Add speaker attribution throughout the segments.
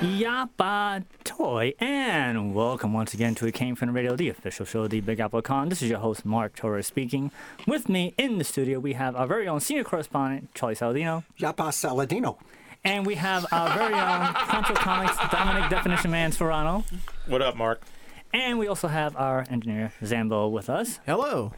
Speaker 1: Yappa Toy, and welcome once again to It Came From the Radio, the official show of the Big Apple Con. This is your host, Mark Torres speaking. With me in the studio, we have our very own senior correspondent, Charlie Saladino,
Speaker 2: Yapa Saladino.
Speaker 1: and we have our very own Contra Comics Dominic Definition Man Serrano,
Speaker 3: What up, Mark?
Speaker 1: and we also have our engineer, Zambo, with us.
Speaker 4: Hello.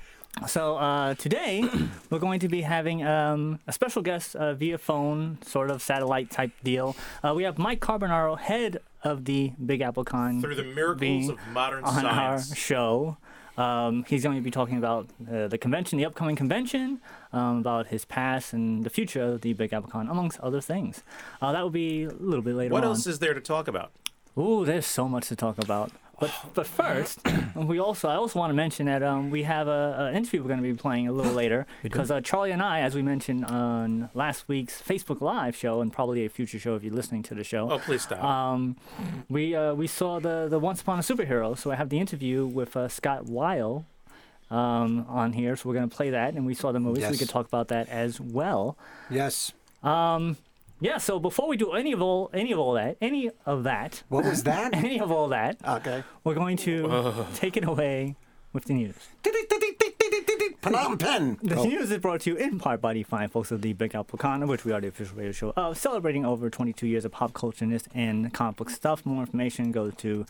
Speaker 1: So uh, today, we're going to be having um, a special guest uh, via phone, sort of satellite type deal. Uh, we have Mike Carbonaro, head of the Big Apple Con.
Speaker 3: Through the miracles
Speaker 1: being
Speaker 3: of modern
Speaker 1: on our
Speaker 3: science.
Speaker 1: show. Um, he's going to be talking about uh, the convention, the upcoming convention, um, about his past and the future of the Big Apple Con, amongst other things. Uh, that will be a little bit later
Speaker 3: What
Speaker 1: on.
Speaker 3: else is there to talk about?
Speaker 1: Ooh, there's so much to talk about. But but first, we also I also want to mention that um, we have a, an interview we're going to be playing a little later because uh, Charlie and I, as we mentioned on last week's Facebook Live show and probably a future show if you're listening to the show,
Speaker 3: Oh, please stop.
Speaker 4: Uh,
Speaker 1: um, we uh, we saw the the Once Upon a Superhero. So I have the interview with uh, Scott Weil um, on here. So we're going to play that, and we saw the movie, so we
Speaker 2: Yes.
Speaker 1: could talk about that as well.
Speaker 2: Yes.
Speaker 1: Yeah. So before we do any of all any of all that any of that
Speaker 2: What was that?
Speaker 1: any of all that,
Speaker 2: Okay.
Speaker 1: we're going to take it away with the news.
Speaker 2: Phnom Penh.
Speaker 1: The
Speaker 2: Oh,
Speaker 1: news is brought to you in part by the fine folks of the Big Apple Con, which we are the official radio show of, celebrating over 22 years of pop cultureness and comic book stuff. More information, go to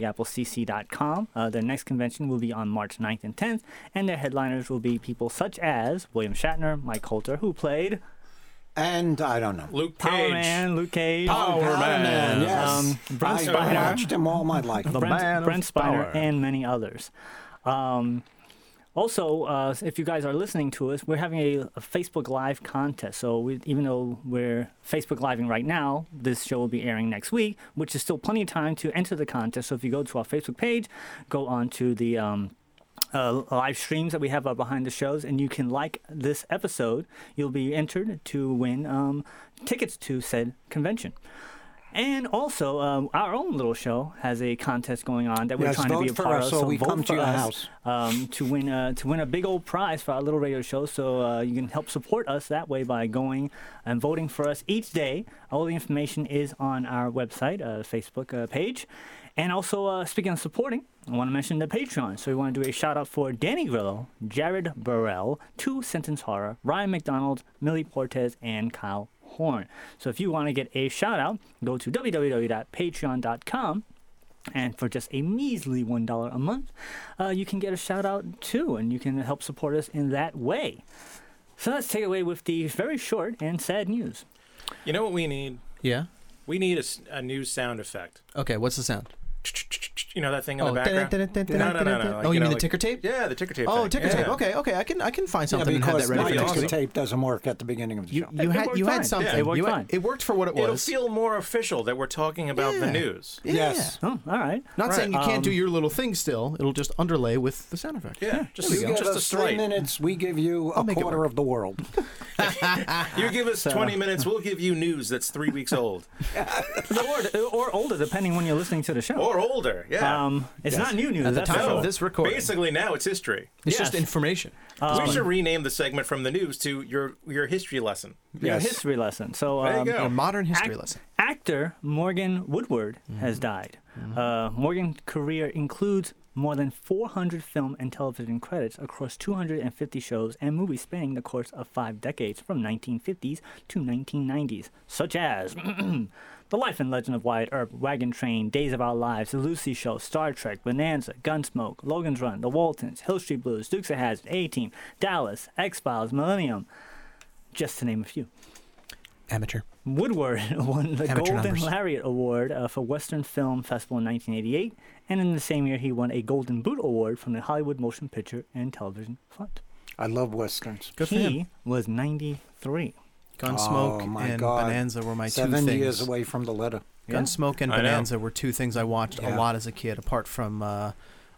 Speaker 1: www.bigapplecc.com. Uh, their next convention will be on March 9th and 10th, and their headliners will be people such as William Shatner, Mike Coulter, who played
Speaker 2: And I don't know.
Speaker 3: Luke Cage.
Speaker 1: Power Man, Luke Cage,
Speaker 3: Power
Speaker 2: Iron
Speaker 3: Man.
Speaker 2: Yes.
Speaker 1: Um, Brent
Speaker 2: I
Speaker 1: Spiner.
Speaker 2: watched him all my life.
Speaker 1: Brent,
Speaker 4: Man of
Speaker 1: Brent Spiner,
Speaker 4: power.
Speaker 1: and many others. Um, also, uh, if you guys are listening to us, we're having a, a Facebook Live contest. So we, even though we're Facebook Living right now, this show will be airing next week, which is still plenty of time to enter the contest. So if you go to our Facebook page, go on to the um, uh, live streams that we have uh, behind the shows, and you can like this episode. You'll be entered to win um, tickets to said convention. And also, um, our own little show has a contest going on that we're
Speaker 2: Yes,
Speaker 1: trying to be
Speaker 2: vote
Speaker 1: a
Speaker 2: for
Speaker 1: part
Speaker 2: us
Speaker 1: of.
Speaker 2: so we
Speaker 1: vote
Speaker 2: come to
Speaker 1: for
Speaker 2: your
Speaker 1: us,
Speaker 2: house.
Speaker 1: um, to win a, to win a big old prize for our little radio show. So uh, you can help support us that way by going and voting for us each day. All the information is on our website, uh, Facebook uh, page, and also uh, speaking of supporting. I want to mention the Patreon. So we want to do a shout out for Danny Grillo, Jared Burrell, Two Sentence Horror, Ryan McDonald, Millie Portez, and Kyle Horn. So if you want to get a shout out, go to www.patreon.com and for just a measly $1 a month, uh, you can get a shout out too, and you can help support us in that way. So let's take away with the very short and sad news.
Speaker 3: You know what we need?
Speaker 4: Yeah.
Speaker 3: We need a, s- a new sound effect.
Speaker 4: Okay. What's the sound?
Speaker 3: You know that thing in
Speaker 4: Oh,
Speaker 3: the background?
Speaker 4: dun-dun-dun-dun-dun-dun-dun.
Speaker 3: No, no, no, no.
Speaker 4: Oh,
Speaker 3: like,
Speaker 4: you mean
Speaker 3: know,
Speaker 4: the
Speaker 3: like-
Speaker 4: ticker tape?
Speaker 3: Yeah, the ticker tape.
Speaker 4: Oh,
Speaker 3: thing.
Speaker 4: ticker
Speaker 3: yeah.
Speaker 4: tape. Okay. Okay. I can I can find
Speaker 2: Yeah,
Speaker 4: something and have
Speaker 2: because
Speaker 4: that ready
Speaker 2: my
Speaker 4: for
Speaker 3: be
Speaker 4: next
Speaker 3: awesome.
Speaker 2: ticker
Speaker 4: week.
Speaker 2: tape doesn't work at the beginning of the show.
Speaker 4: You
Speaker 1: It
Speaker 4: had
Speaker 1: worked
Speaker 4: you
Speaker 1: fine.
Speaker 4: had something.
Speaker 3: Yeah. It
Speaker 1: worked
Speaker 4: you had-
Speaker 1: fine.
Speaker 4: it worked for what it was.
Speaker 3: It'll feel more official that we're talking about the
Speaker 4: Yeah.
Speaker 3: news.
Speaker 4: yeah.
Speaker 2: Yes.
Speaker 1: Oh, all right.
Speaker 4: Not
Speaker 3: Right,
Speaker 4: saying you can't do
Speaker 1: um,
Speaker 4: your little thing still. It'll just underlay with the sound effect.
Speaker 3: Yeah, just
Speaker 2: You give
Speaker 3: just a
Speaker 2: us three
Speaker 3: straight.
Speaker 2: minutes, we give you a
Speaker 4: make it
Speaker 2: quarter
Speaker 4: work.
Speaker 2: of the world.
Speaker 3: You give us 20 minutes, we'll give you news that's three weeks old
Speaker 1: um, Or, or older, depending when you're listening to the show.
Speaker 3: or older. Yeah.
Speaker 1: um, it's not new news.
Speaker 4: At the
Speaker 1: that's for
Speaker 4: time
Speaker 1: sure.
Speaker 4: of this recording,
Speaker 3: Basically, now it's history.
Speaker 4: it's
Speaker 1: Yes.
Speaker 4: just information.
Speaker 1: Um,
Speaker 3: we should rename the segment from the news to your your history lesson.
Speaker 1: Yeah,
Speaker 2: Yes.
Speaker 1: history lesson. So
Speaker 3: There you
Speaker 1: um,
Speaker 3: go.
Speaker 4: a modern history
Speaker 1: Act-
Speaker 4: lesson.
Speaker 1: Actor Morgan Woodward has died. Uh, Morgan's career includes more than 400 film and television credits across 250 shows and movies spanning the course of five decades from 1950s to 1990s, such as The Life and Legend of Wyatt Earp, Wagon Train, Days of Our Lives, The Lucy Show, Star Trek, Bonanza, Gunsmoke, Logan's Run, The Waltons, Hill Street Blues, Dukes of Hazzard, A Team, Dallas, X Files, Millennium, just to name a few.
Speaker 4: Amateur.
Speaker 1: Woodward won the
Speaker 4: Amateur
Speaker 1: Golden
Speaker 4: numbers.
Speaker 1: Lariat Award uh, for Western Film Festival in 1988, and in the same year he won a Golden Boot Award from the Hollywood Motion Picture and Television Fund.
Speaker 2: I love westerns.
Speaker 4: Good for him.
Speaker 1: He was 93.
Speaker 4: Gunsmoke
Speaker 2: oh, my
Speaker 4: and
Speaker 2: God.
Speaker 4: Bonanza were my
Speaker 2: Seven
Speaker 4: two things.
Speaker 2: years away from the letter.
Speaker 1: Yeah.
Speaker 4: Gunsmoke and
Speaker 3: I know.
Speaker 4: Bonanza were two things I watched
Speaker 2: Yeah.
Speaker 4: a lot as a kid, apart from uh,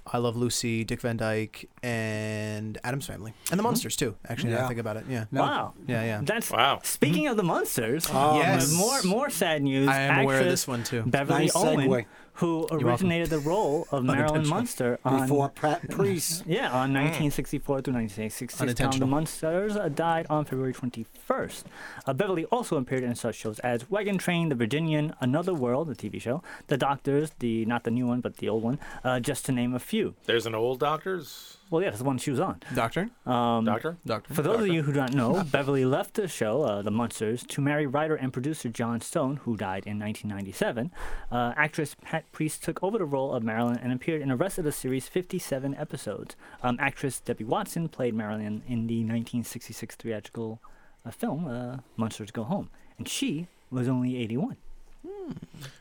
Speaker 4: I Love Lucy, Dick Van Dyke, and Adam's Family, and The Monsters too. Actually,
Speaker 2: Mm-hmm. Yeah.
Speaker 4: now that I think about it, yeah,
Speaker 2: No.
Speaker 1: Wow.
Speaker 4: yeah, yeah. Ah,
Speaker 1: That's
Speaker 3: Wow.
Speaker 1: Speaking of the monsters, um,
Speaker 4: Yes.
Speaker 1: more more sad news.
Speaker 4: I am aware of
Speaker 1: actress
Speaker 4: this one, too.
Speaker 1: Beverly
Speaker 2: Nice
Speaker 1: Owen,
Speaker 2: segue.
Speaker 1: who
Speaker 4: welcome.
Speaker 1: originated the role of Marilyn
Speaker 4: Unintentional.
Speaker 1: Munster on
Speaker 2: Before Pratt Priest.
Speaker 1: yeah on 1964 through 1966. Town of the
Speaker 4: Unintentional.
Speaker 1: Munsters uh, died on February 21st. Uh, Beverly also appeared in such shows as Wagon Train, The Virginian, Another World, the TV show, The Doctors, the not the new one but the old one, uh, just to name a few.
Speaker 3: There's an old doctor's
Speaker 1: Well, yeah, that's the one she was on.
Speaker 4: Doctor,
Speaker 3: doctor.
Speaker 4: Doctor.
Speaker 1: Um, For those of you who don't know, Beverly left the show, uh, The Munsters, to marry writer and producer John Stone, who died in 1997. Uh, actress Pat Priest took over the role of Marilyn and appeared in the rest of the series' 57 episodes. Um, actress Debbie Watson played Marilyn in the 1966 theatrical uh, film uh, Munsters Go Home, and she was only 81.
Speaker 2: You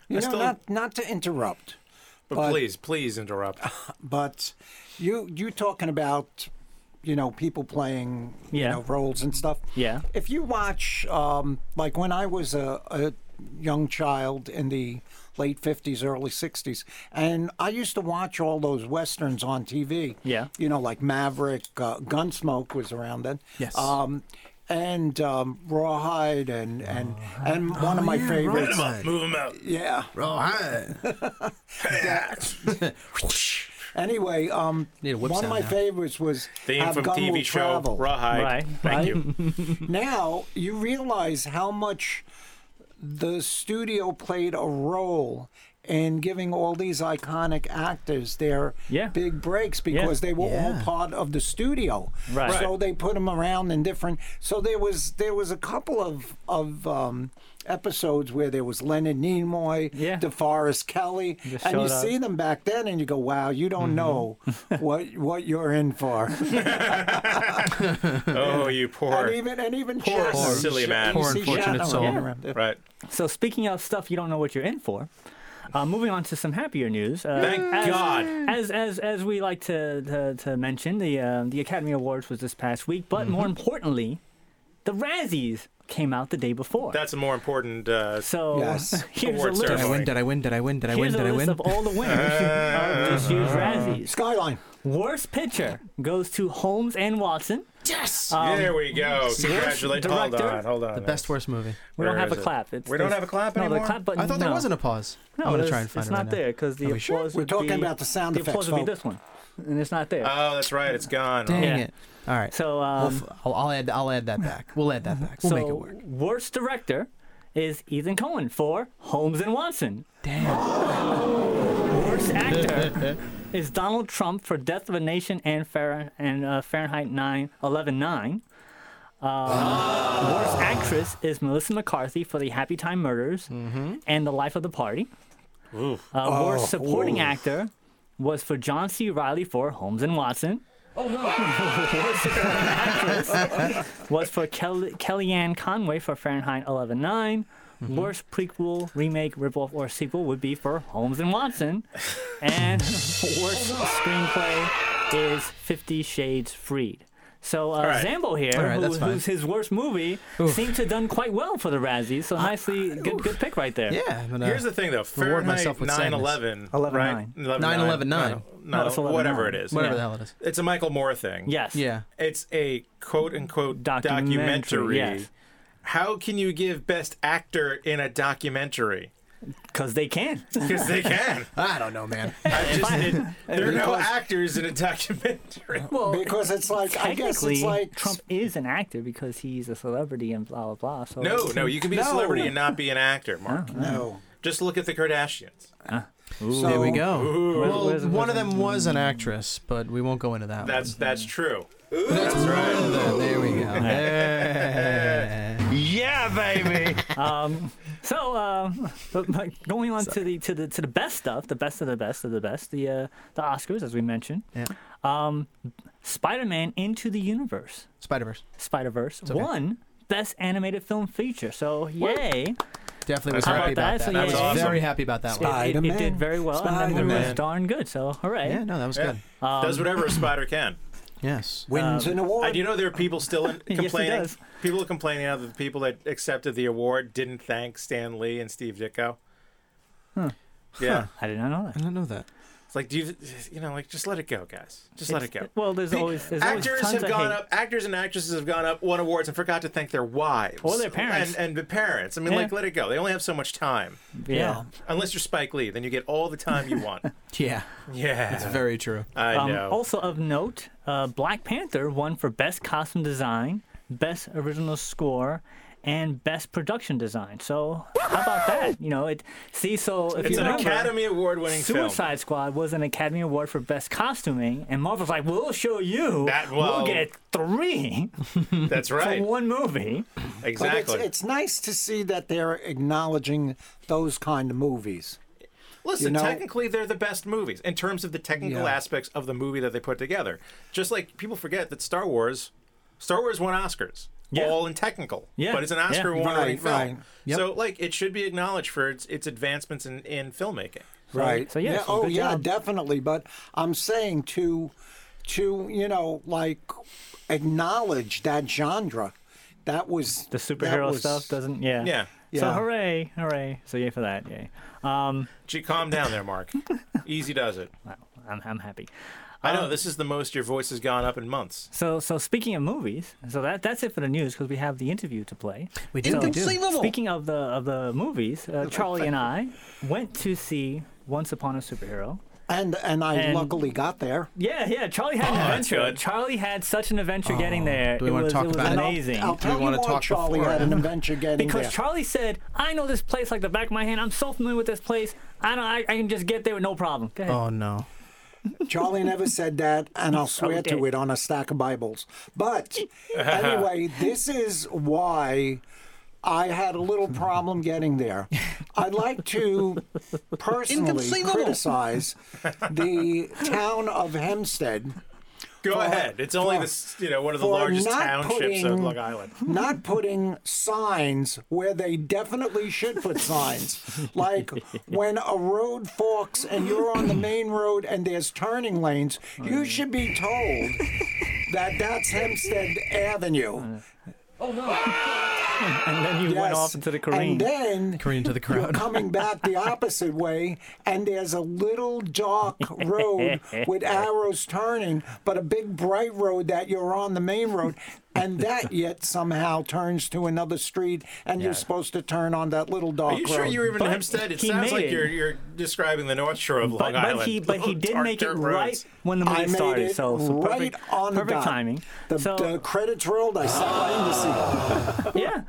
Speaker 3: I
Speaker 2: know,
Speaker 3: still-
Speaker 2: not, not to interrupt,
Speaker 3: But,
Speaker 2: But-
Speaker 3: please, please interrupt.
Speaker 2: but you you talking about, you know, people playing
Speaker 1: Yeah.
Speaker 2: you know, roles and stuff.
Speaker 1: Yeah.
Speaker 2: If you watch, um, like when I was a, a young child in the late 50s, early 60s, and I used to watch all those westerns on TV.
Speaker 1: Yeah.
Speaker 2: You know, like Maverick, uh, Gunsmoke was around then.
Speaker 4: Yes.
Speaker 2: Um, and um, Rawhide, and and and one of
Speaker 4: Oh,
Speaker 2: my favorites.
Speaker 3: Move him out.
Speaker 2: Yeah.
Speaker 4: Rawhide.
Speaker 2: Anyway, um,
Speaker 4: Need a whip
Speaker 2: one of
Speaker 4: sound
Speaker 2: my
Speaker 4: now.
Speaker 2: favorites was
Speaker 3: The
Speaker 2: Have
Speaker 3: infamous
Speaker 2: Gun Will
Speaker 3: TV show
Speaker 2: Travel.
Speaker 3: Rawhide.
Speaker 1: Right,
Speaker 3: Thank
Speaker 1: right.
Speaker 3: you.
Speaker 2: now you realize how much the studio played a role in giving all these iconic actors their
Speaker 1: Yeah.
Speaker 2: big breaks because they were
Speaker 4: Yeah.
Speaker 2: all part of the studio.
Speaker 1: Right.
Speaker 2: So they put them around in different. So there was there was a couple of of um, episodes where there was Leonard Nimoy,
Speaker 1: Yeah.
Speaker 2: DeForest Kelly,
Speaker 1: Just
Speaker 2: and you
Speaker 1: showed up. Mm-hmm.
Speaker 2: see them back then, and you go, "Wow, you don't know what what you're in for."
Speaker 3: Oh, you poor.
Speaker 2: and even and even
Speaker 3: Poor
Speaker 2: Shatner.
Speaker 3: silly
Speaker 2: You
Speaker 3: man.
Speaker 4: Poor
Speaker 2: see
Speaker 4: unfortunate
Speaker 2: Shatner
Speaker 4: soul.
Speaker 2: running around.
Speaker 3: Right.
Speaker 1: So speaking of stuff you don't know what you're in for, uh, moving on to some happier news. Uh,
Speaker 3: Thank
Speaker 1: as,
Speaker 3: God.
Speaker 1: As as as we like to to, to mention, the uh, the Academy Awards was this past week,
Speaker 3: Mm-hmm.
Speaker 1: but more importantly, the Razzies came out the day before.
Speaker 3: That's a more important. Uh,
Speaker 1: so
Speaker 2: Yes.
Speaker 1: here's a
Speaker 3: Award
Speaker 1: list.
Speaker 4: Did I
Speaker 3: ceremony.
Speaker 4: win? Did I win? Did I win? Did I win?
Speaker 1: Here's a
Speaker 4: Did I
Speaker 1: list
Speaker 4: win?
Speaker 1: of all the winners of this year's Razzies.
Speaker 2: Skyline.
Speaker 1: Worst picture goes to Holmes and Watson.
Speaker 4: Yes.
Speaker 3: there we go. Congratulations. Hold
Speaker 1: um, director,
Speaker 3: on. Hold on.
Speaker 4: Uh, the best worst movie.
Speaker 1: We don't
Speaker 3: Where
Speaker 1: have a
Speaker 3: is it?
Speaker 1: clap. It's,
Speaker 3: We don't
Speaker 1: it's-
Speaker 3: have a clap
Speaker 1: no,
Speaker 3: anymore?
Speaker 1: the clap button.
Speaker 4: I thought
Speaker 1: no.
Speaker 4: there wasn't a pause.
Speaker 1: No,
Speaker 4: I'm gonna
Speaker 1: it's-
Speaker 4: try and find
Speaker 1: it's
Speaker 4: it right
Speaker 1: not
Speaker 4: now.
Speaker 1: there because the
Speaker 4: Are we sure?
Speaker 1: applause.
Speaker 2: We're
Speaker 1: would
Speaker 2: talking
Speaker 1: be-
Speaker 2: about the sound
Speaker 1: The
Speaker 2: effects,
Speaker 1: applause would be
Speaker 2: folks. Uh,
Speaker 1: this one, and it's not there.
Speaker 3: Oh, that's right. It's gone.
Speaker 4: Dang
Speaker 1: Yeah.
Speaker 4: it! All right.
Speaker 2: oh,
Speaker 1: so, um,
Speaker 4: We'll f- I'll, I'll add. I'll add that back. We'll add that back. We'll
Speaker 1: so
Speaker 4: make it work.
Speaker 1: worst director is Ethan Cohen for Holmes and Watson.
Speaker 4: Damn.
Speaker 1: Worst actor is Donald Trump for Death of a Nation and, Far- and uh, Fahrenheit 9 11 9. Uh, worst actress is Melissa McCarthy for The Happy Time Murders Mm-hmm. and The Life of the Party. Uh, worst supporting actor was for John C. Riley for Holmes and Watson. was for Kelly, Kellyanne Conway for Fahrenheit 11.9. Worst prequel, remake, ripoff, or sequel would be for Holmes and Watson. And worst screenplay is Fifty Shades Freed. So uh,
Speaker 3: right.
Speaker 1: Zambo here,
Speaker 4: All right,
Speaker 1: who-
Speaker 4: that's fine.
Speaker 1: who's his worst movie, seemed to have done quite well for the Razzies. So nicely, good, good pick right there.
Speaker 4: Yeah. uh, I'm gonna-
Speaker 3: Here's the thing, though. Fahrenheit
Speaker 4: Reward myself with sadness.
Speaker 3: 9/11.
Speaker 1: 11/9.
Speaker 4: 9/11.
Speaker 3: No,
Speaker 1: No,
Speaker 3: no,
Speaker 1: it's 11/9.
Speaker 3: whatever it is.
Speaker 4: Whatever the hell it is.
Speaker 3: It's a Michael Moore thing.
Speaker 1: Yes.
Speaker 4: Yeah.
Speaker 3: It's a quote unquote
Speaker 1: Documentary,
Speaker 3: documentary.
Speaker 1: yes.
Speaker 3: How can you give best actor in a documentary?
Speaker 1: Because they can.
Speaker 3: Because they can.
Speaker 4: I don't know, man.
Speaker 3: I just did, there are no
Speaker 2: Because-
Speaker 3: actors in a documentary.
Speaker 1: Well,
Speaker 2: Because it's like I guess
Speaker 1: technically,
Speaker 2: it's like
Speaker 1: Trump is an actor because he's a celebrity and blah blah blah. So
Speaker 3: No, no, you can be a
Speaker 2: No.
Speaker 3: celebrity and not be an actor, Mark.
Speaker 1: Oh.
Speaker 2: No.
Speaker 3: Just look at the Kardashians.
Speaker 2: So
Speaker 4: There we go. well,
Speaker 1: Where's- where's-
Speaker 4: one of them was an actress, but we won't go into that.
Speaker 3: That's
Speaker 1: Mm-hmm.
Speaker 3: that's true.
Speaker 4: one. that's right. There we go.
Speaker 3: Yeah, baby.
Speaker 1: So, um, but, but going on to the to the to the best stuff, the best of the best of the best, the uh, the Oscars, as we mentioned, Um,
Speaker 4: yeah.
Speaker 1: Spider-Man: Into the Universe,
Speaker 4: Spider Verse.
Speaker 1: Spider-Verse won Best Animated Film Feature. So yay!
Speaker 4: Definitely was
Speaker 3: How
Speaker 4: happy
Speaker 1: about
Speaker 4: about
Speaker 1: that?
Speaker 4: that.
Speaker 1: So,
Speaker 4: I was
Speaker 3: yeah.
Speaker 4: very happy about that one.
Speaker 2: Spy-
Speaker 1: It, it, it
Speaker 2: Spider-Man.
Speaker 1: did very well, and that movie was
Speaker 3: Spider-Man.
Speaker 1: darn good. So hooray!
Speaker 4: Yeah, no, that was
Speaker 3: Yeah.
Speaker 4: good.
Speaker 1: Um,
Speaker 3: does whatever a spider can.
Speaker 4: Yes.
Speaker 2: Wins an award.
Speaker 3: And you know there are people still in,
Speaker 1: Yes, he
Speaker 3: complaining.
Speaker 1: does.
Speaker 3: people are complaining now that the people that accepted the award didn't thank Stan Lee and Steve Ditko. Yeah,
Speaker 1: I did not know that.
Speaker 4: I don't know that.
Speaker 3: it's like do you, you know, like just let it go, guys. Just let it
Speaker 1: It's-
Speaker 3: go.
Speaker 1: Well, there's
Speaker 3: The
Speaker 1: always there's always
Speaker 3: actors
Speaker 1: tons
Speaker 3: have
Speaker 1: of
Speaker 3: gone
Speaker 1: hate.
Speaker 3: up. Actors and actresses have gone up, won awards, and forgot to thank their wives
Speaker 1: Or their parents.
Speaker 3: and, and the parents. I mean,
Speaker 1: Yeah.
Speaker 3: like let it go. They only have so much time.
Speaker 1: Yeah.
Speaker 3: Unless you're Spike Lee, then you get all the time you want.
Speaker 4: Yeah.
Speaker 3: yeah,
Speaker 4: It's very true.
Speaker 3: I
Speaker 1: Um,
Speaker 3: know.
Speaker 1: also of note, uh, Black Panther won for best costume design, best original score, and best production design. So how about that? You know, it. See, so if
Speaker 3: it's
Speaker 1: you
Speaker 3: an
Speaker 1: remember,
Speaker 3: Academy Award-winning film.
Speaker 1: Suicide Squad was an Academy Award for best costuming, and Marvel's like, "We'll show you.
Speaker 3: That-
Speaker 1: we'll
Speaker 3: well-
Speaker 1: get three
Speaker 3: That's
Speaker 1: for
Speaker 3: right.
Speaker 1: one movie."
Speaker 2: But
Speaker 3: Exactly.
Speaker 2: it's, it's nice to see that they're acknowledging those kind of movies.
Speaker 3: Listen,
Speaker 2: You know-
Speaker 3: technically, they're the best movies in terms of the technical
Speaker 2: Yeah.
Speaker 3: aspects of the movie that they put together. Just like people forget that Star Wars, Star Wars won Oscars,
Speaker 1: Yeah.
Speaker 3: all in technical.
Speaker 1: Yeah,
Speaker 3: but it's an
Speaker 1: yeah.
Speaker 3: Oscar winning
Speaker 2: Right,
Speaker 3: film.
Speaker 2: right.
Speaker 4: Yep.
Speaker 3: So, like, it should be acknowledged for its, its advancements in, in filmmaking.
Speaker 2: Right.
Speaker 1: so yeah, so
Speaker 2: oh
Speaker 1: good
Speaker 2: yeah,
Speaker 1: job.
Speaker 2: definitely. But I'm saying to, to you know, like acknowledge that genre. That was
Speaker 1: The
Speaker 2: that
Speaker 1: superhero
Speaker 2: was-
Speaker 1: stuff doesn't. Yeah.
Speaker 3: Yeah.
Speaker 1: So
Speaker 2: Yeah.
Speaker 1: hooray, hooray. So yay for that. Yay. Um,
Speaker 3: Gee, calm down there, Mark. Easy does it.
Speaker 1: wow, I'm I'm happy.
Speaker 3: I
Speaker 2: Um,
Speaker 3: know this is the most your voice has gone up in months.
Speaker 1: So, so speaking of movies, so that that's it for the news because we have the interview to play.
Speaker 4: We do,
Speaker 1: So,
Speaker 4: we do. Inconceivable.
Speaker 1: Speaking of the of the movies, uh, Charlie and I went to see Once Upon a Superhero.
Speaker 2: And and I
Speaker 1: And-
Speaker 2: luckily got there.
Speaker 1: Yeah, yeah. Charlie had an
Speaker 3: that's
Speaker 1: adventure.
Speaker 3: good.
Speaker 1: Charlie had such an adventure getting there.
Speaker 4: do we
Speaker 1: it
Speaker 4: wanna
Speaker 1: was
Speaker 4: talk
Speaker 1: it was
Speaker 4: about it?
Speaker 1: amazing.
Speaker 2: I'll
Speaker 4: Do
Speaker 2: tell
Speaker 4: we
Speaker 2: you
Speaker 4: wanna
Speaker 2: why
Speaker 4: talk
Speaker 2: Charlie
Speaker 4: before?
Speaker 2: had an adventure getting
Speaker 1: because
Speaker 2: there.
Speaker 1: Charlie said, "I know this place like the back of my hand. I'm so familiar with this place. I don't. I, I can just get there with no problem." Go ahead.
Speaker 4: Oh no.
Speaker 2: Charlie never said that, and I'll swear
Speaker 1: did.
Speaker 2: to it on a stack of Bibles. But anyway, this is why I had a little problem getting there. I'd like to personally
Speaker 4: Inconceivable.
Speaker 2: criticize the town of Hempstead
Speaker 3: Go
Speaker 2: For-
Speaker 3: ahead. It's only
Speaker 2: for-
Speaker 3: this, you know, one of the
Speaker 2: for
Speaker 3: largest
Speaker 2: not
Speaker 3: townships of
Speaker 2: putting-
Speaker 3: Long Island.
Speaker 2: not putting signs where they definitely should put signs. Like when a road forks and you're on the main road and there's turning lanes,
Speaker 1: Oh,
Speaker 2: you should be told that that's Hempstead Avenue.
Speaker 1: Oh, and then you went
Speaker 2: Yes.
Speaker 1: off into the Korean.
Speaker 2: And then
Speaker 4: Korean to the
Speaker 2: you're
Speaker 4: crowd.
Speaker 2: coming back the opposite way, and there's a little dark road with arrows turning, but a big bright road that you're on the main road, and that yet somehow turns to another street, and you're supposed to turn on that little dark
Speaker 3: Are you sure
Speaker 2: road.
Speaker 3: you were even
Speaker 1: But
Speaker 3: to Hempstead? It
Speaker 1: he
Speaker 3: sounds
Speaker 1: made
Speaker 3: like
Speaker 1: it.
Speaker 3: you're you're describing the North Shore of Long
Speaker 1: but,
Speaker 3: Island.
Speaker 1: but he but he
Speaker 3: Little
Speaker 1: did
Speaker 3: dark
Speaker 1: make it
Speaker 3: dirt
Speaker 1: right
Speaker 3: roads.
Speaker 1: when the
Speaker 2: I
Speaker 1: movie
Speaker 2: made
Speaker 1: started.
Speaker 2: it
Speaker 1: so, so
Speaker 2: right
Speaker 1: perfect,
Speaker 2: on the
Speaker 1: perfect
Speaker 2: dot.
Speaker 1: timing.
Speaker 2: The,
Speaker 1: so
Speaker 2: the credits rolled. I saw embassy.
Speaker 1: yeah.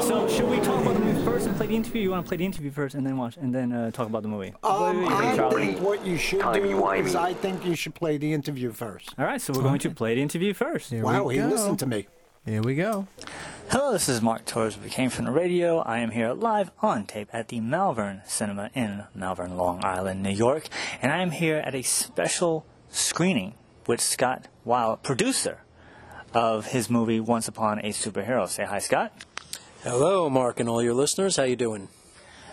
Speaker 1: So should we talk about the movie first and play the interview? You want to play the interview first and then watch and then uh, talk about the movie? What do
Speaker 2: Um,
Speaker 1: you think,
Speaker 2: I
Speaker 1: Charlie?
Speaker 2: think what you should do
Speaker 5: Timey-wimey.
Speaker 2: is I think you should play the interview first.
Speaker 1: All right, so we're going to play the interview first.
Speaker 4: Here
Speaker 2: Wow,
Speaker 4: we
Speaker 2: he
Speaker 4: go.
Speaker 2: listened to me.
Speaker 4: Here we go.
Speaker 1: Hello, this is Mark Torres of Came From the Radio. I am here live on tape at the Malvern Cinema in Malvern, Long Island, New York, and I am here at a special screening with Scott Wild, producer of his movie Once Upon a Superhero. Say hi, Scott.
Speaker 6: Hello, Mark, and all your listeners. How you doing?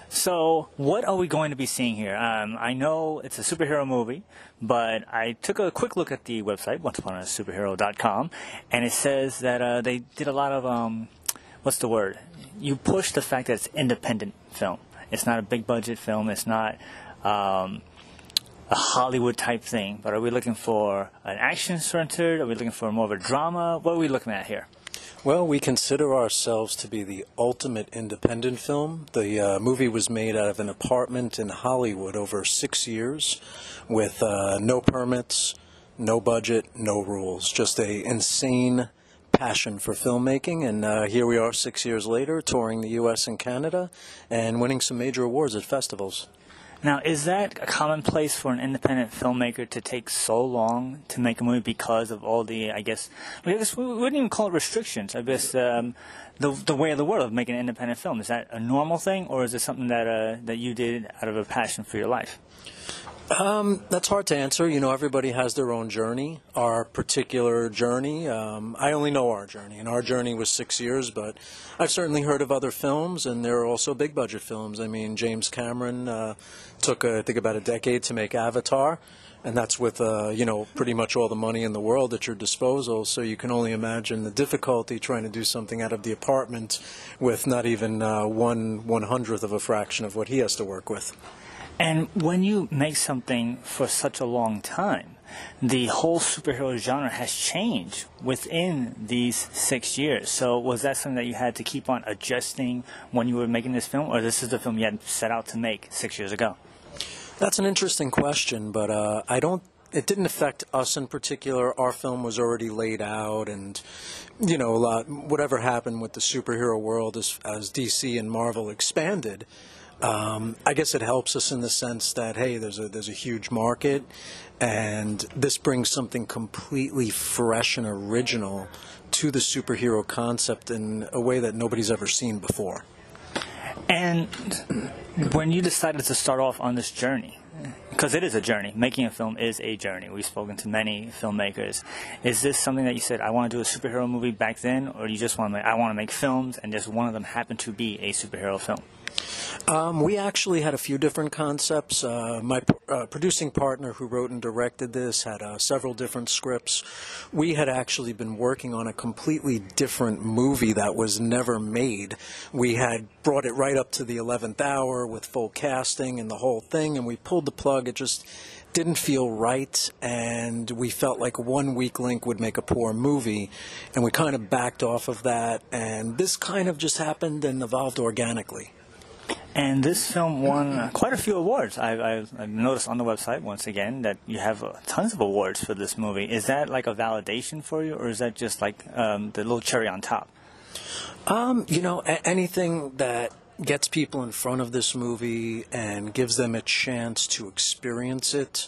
Speaker 1: So, what are we going to be seeing here? Um, I know it's a superhero movie, but I took a quick look at the website, onceuponasuperhero.com, and it says that uh, they did a lot of, um, what's the word? You push the fact that it's independent film. It's not a big budget film. It's not um, a Hollywood type thing. But are we looking for an action centered? Are we looking for more of a drama? What are we looking at here?
Speaker 6: Well, we consider ourselves to be the ultimate independent film. The uh, movie was made out of an apartment in Hollywood over six years, with uh, no permits, no budget, no rules. Just a insane passion for filmmaking, and uh, here we are six years later, touring the U.S. and Canada, and winning some major awards at festivals.
Speaker 1: Now, is that a commonplace for an independent filmmaker to take so long to make a movie because of all the, I guess, we, guess we wouldn't even call it restrictions. I guess um, the the way of the world of making an independent film is that a normal thing, or is it something that uh, that you did out of a passion for your life?
Speaker 6: That's hard to answer. You know, everybody has their own journey, our particular journey. Um, I only know our journey, and our journey was six years, but I've certainly heard of other films, and there are also big budget films. I mean, James Cameron uh, took, uh, I think, about a decade to make Avatar, and that's with, uh, you know, pretty much all the money in the world at your disposal. So you can only imagine the difficulty trying to do something out of the apartment with not even uh, one one hundredth of a fraction of what he has to work with.
Speaker 5: And when you make something for such a long time, the whole superhero genre has changed within these six years. So was that something that you had to keep on adjusting when you were making this film, or this is the film you had set out to make six years ago?
Speaker 6: That's an interesting question, but uh, I don't. It didn't affect us in particular. Our film was already laid out, and you know, a lot, whatever happened with the superhero world as, as DC and Marvel expanded. Um, I guess it helps us in the sense that hey, there's a there's a huge market, and this brings something completely fresh and original to the superhero concept in a way that nobody's ever seen before.
Speaker 5: And when you decided to start off on this journey, because it is a journey, making a film is a journey. We've spoken to many filmmakers. Is this something that you said, I want to do a superhero movie back then, or you just want to make, I want to make films, and just one of them happened to be a superhero film?
Speaker 6: Um, we actually had a few different concepts. Uh, my uh, producing partner, who wrote and directed this, had uh, several different scripts. We had actually been working on a completely different movie that was never made. We had brought it right up to the 11th hour with full casting and the whole thing, and we pulled the plug. It just didn't feel right, and we felt like one weak link would make a poor movie, and we kind of backed off of that, and this kind of just happened and evolved organically.
Speaker 5: And this film won uh, quite a few awards. I, I, I've noticed on the website once again that you have uh, tons of awards for this movie. Is that like a validation for you, or is that just like um, the little cherry on top?
Speaker 6: Um, you know, a- anything that gets people in front of this movie and gives them a chance to experience it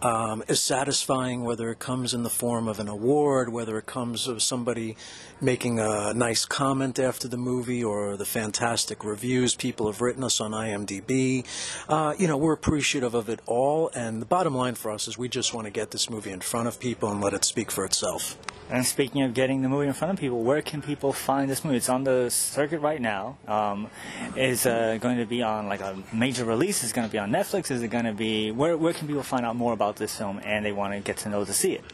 Speaker 6: um, is satisfying, whether it comes in the form of an award, whether it comes of somebody making a nice comment after the movie, or the fantastic reviews people have written us on IMDb. Uh, you know, we're appreciative of it all, and the bottom line for us is we just want to get this movie in front of people and let it speak for itself.
Speaker 5: And speaking of getting the movie in front of people, where can people find this movie? It's on the circuit right now. Um, is uh, going to be on like a major release? Is it going to be on Netflix? Is it going to be where? Where can people find out more about this film and they want to get to know to see it?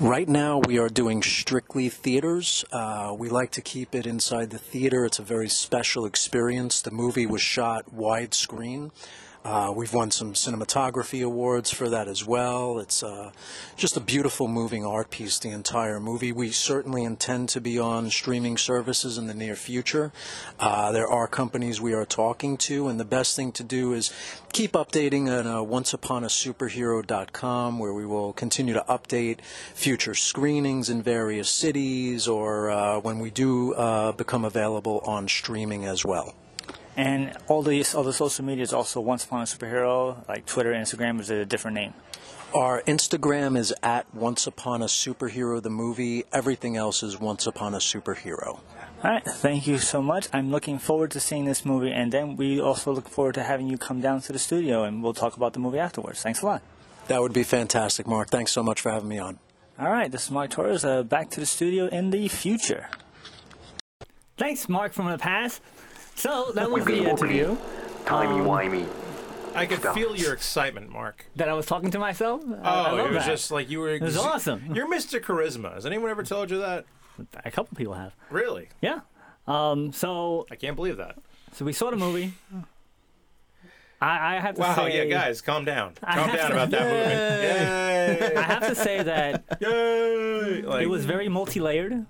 Speaker 6: Right now, we are doing strictly theaters. Uh, we like to keep it inside the theater. It's a very special experience. The movie was shot widescreen. Uh, we've won some cinematography awards for that as well. It's uh, just a beautiful moving art piece, the entire movie. We certainly intend to be on streaming services in the near future. Uh, there are companies we are talking to, and the best thing to do is keep updating at uh, onceuponasuperhero.com, where we will continue to update future screenings in various cities or uh, when we do uh, become available on streaming as well.
Speaker 5: And all these all the social media is also Once Upon a Superhero, like Twitter, Instagram. Is it a different name?
Speaker 6: Our Instagram is at Once Upon a Superhero the movie. Everything else is Once Upon a Superhero.
Speaker 5: All right, thank you so much. I'm looking forward to seeing this movie, and then we also look forward to having you come down to the studio, and we'll talk about the movie afterwards. Thanks a lot.
Speaker 6: That would be fantastic, Mark. Thanks so much for having me on.
Speaker 5: All right, this is Mark Torres. Uh, back to the studio in the future.
Speaker 1: Thanks, Mark from the past. So that was the interview
Speaker 7: Um,
Speaker 8: Timey-wimey.
Speaker 3: I could feel your excitement, Mark.
Speaker 1: that I was talking to myself. Oh,
Speaker 3: Oh,
Speaker 1: I love
Speaker 3: it was
Speaker 1: that.
Speaker 3: just like you were. It
Speaker 1: was awesome.
Speaker 3: You're Mr. Charisma. Has anyone ever told you that?
Speaker 1: a couple people have.
Speaker 3: Really?
Speaker 1: Yeah. Um. So
Speaker 3: I can't believe that.
Speaker 1: so we saw the movie. I, I have to
Speaker 3: Wow,
Speaker 1: say,
Speaker 3: yeah, guys, calm down. Calm down about
Speaker 1: I
Speaker 3: that
Speaker 1: have to say that
Speaker 3: movie. Yay! Yay! Like,
Speaker 1: it was very multi-layered.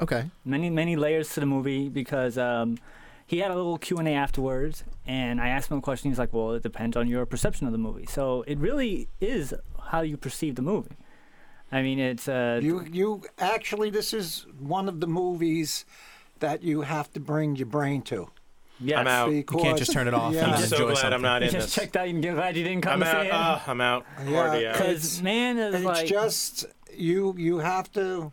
Speaker 4: Okay.
Speaker 1: many many layers to the movie because um, he had a little Q and A afterwards, and I asked him a question. He's like, "Well, it depends on your perception of the movie." So it really is how you perceive the movie. I mean, it's uh,
Speaker 2: You you actually this is one of the movies that you have to bring your brain to.
Speaker 1: yes.
Speaker 3: I'm out. You
Speaker 2: Because,
Speaker 4: Oh, You can't just turn it off
Speaker 2: Yeah.
Speaker 4: and
Speaker 3: I'm
Speaker 4: then
Speaker 3: so
Speaker 4: enjoy
Speaker 3: glad
Speaker 4: something.
Speaker 3: I'm not
Speaker 1: You
Speaker 3: in
Speaker 1: just
Speaker 3: this.
Speaker 1: checked out. You glad you didn't come
Speaker 3: I'm
Speaker 1: to
Speaker 3: out.
Speaker 1: see
Speaker 3: Uh, I'm out. Already out.
Speaker 1: Because man is
Speaker 2: It's
Speaker 1: like
Speaker 2: just you you have to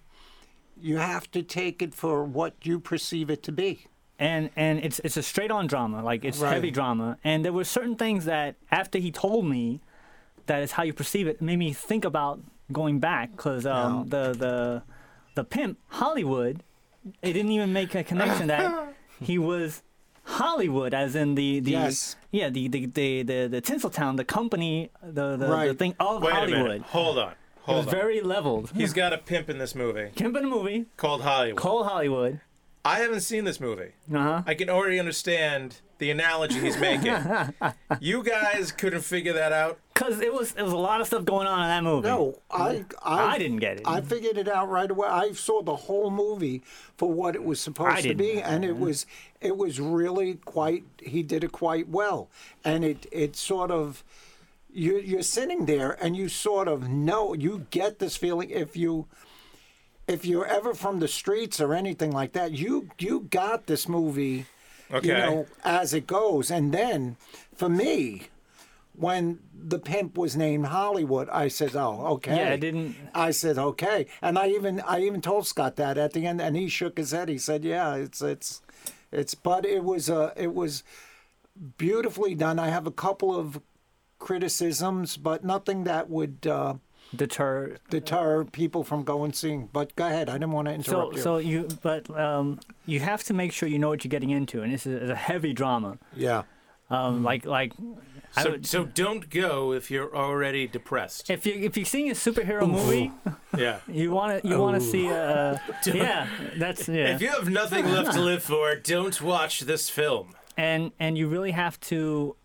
Speaker 2: you have to take it for what you perceive it to be.
Speaker 1: and and it's it's a straight on drama like it's
Speaker 2: Right.
Speaker 1: heavy drama and there were certain things that after he told me that is how you perceive it. It made me think about going back because um, the the the pimp Hollywood, it didn't even make a connection that he was Hollywood, as in the the
Speaker 2: Yes.
Speaker 1: yeah the the the the, the Tinseltown, the company, the the, the
Speaker 2: Right.
Speaker 1: thing of
Speaker 3: Wait a minute.
Speaker 1: Hollywood.
Speaker 3: Hold on.
Speaker 1: It was
Speaker 3: Hold on.
Speaker 1: very leveled.
Speaker 3: He's got a pimp in this movie
Speaker 1: Pimp in a movie
Speaker 3: called Hollywood.
Speaker 1: called Hollywood.
Speaker 3: I haven't seen this movie.
Speaker 1: Uh huh.
Speaker 3: I can already understand the analogy he's making. you guys couldn't figure that out.
Speaker 1: Cause it was it was a lot of stuff going on in that movie.
Speaker 2: No, I, I
Speaker 1: I didn't get it.
Speaker 2: I figured it out right away. I saw the whole movie for what it was
Speaker 1: I
Speaker 2: supposed to
Speaker 1: didn't.
Speaker 2: be, and it was it was really quite. He did it quite well, and it it sort of. You're, you're sitting there and you sort of know you get this feeling if you if you're ever from the streets or anything like that you you got this movie
Speaker 3: Okay.
Speaker 2: you know as it goes and then for me when the pimp was named Hollywood, I said, "Oh, okay."
Speaker 1: Yeah, I didn't-
Speaker 2: I said, "Okay," and I even I even told Scott that at the end, and he shook his head. He said, "Yeah, it's it's it's." But it was uh, it was beautifully done. I have a couple of criticisms, but nothing that would uh,
Speaker 1: Deter.
Speaker 2: deter people from going seeing. But go ahead. I didn't want to
Speaker 1: So
Speaker 2: interrupt you.
Speaker 1: so you but um you have to make sure you know what you're getting into, and this is a heavy drama.
Speaker 2: yeah.
Speaker 1: Um, like like I
Speaker 3: So,
Speaker 1: would,
Speaker 3: so don't go if you're already depressed.
Speaker 1: if you if you're seeing a superhero movie,
Speaker 3: yeah.
Speaker 1: you want to you want to see uh yeah that's yeah
Speaker 3: If you have nothing left to live for, don't watch this film.
Speaker 1: and and you really have to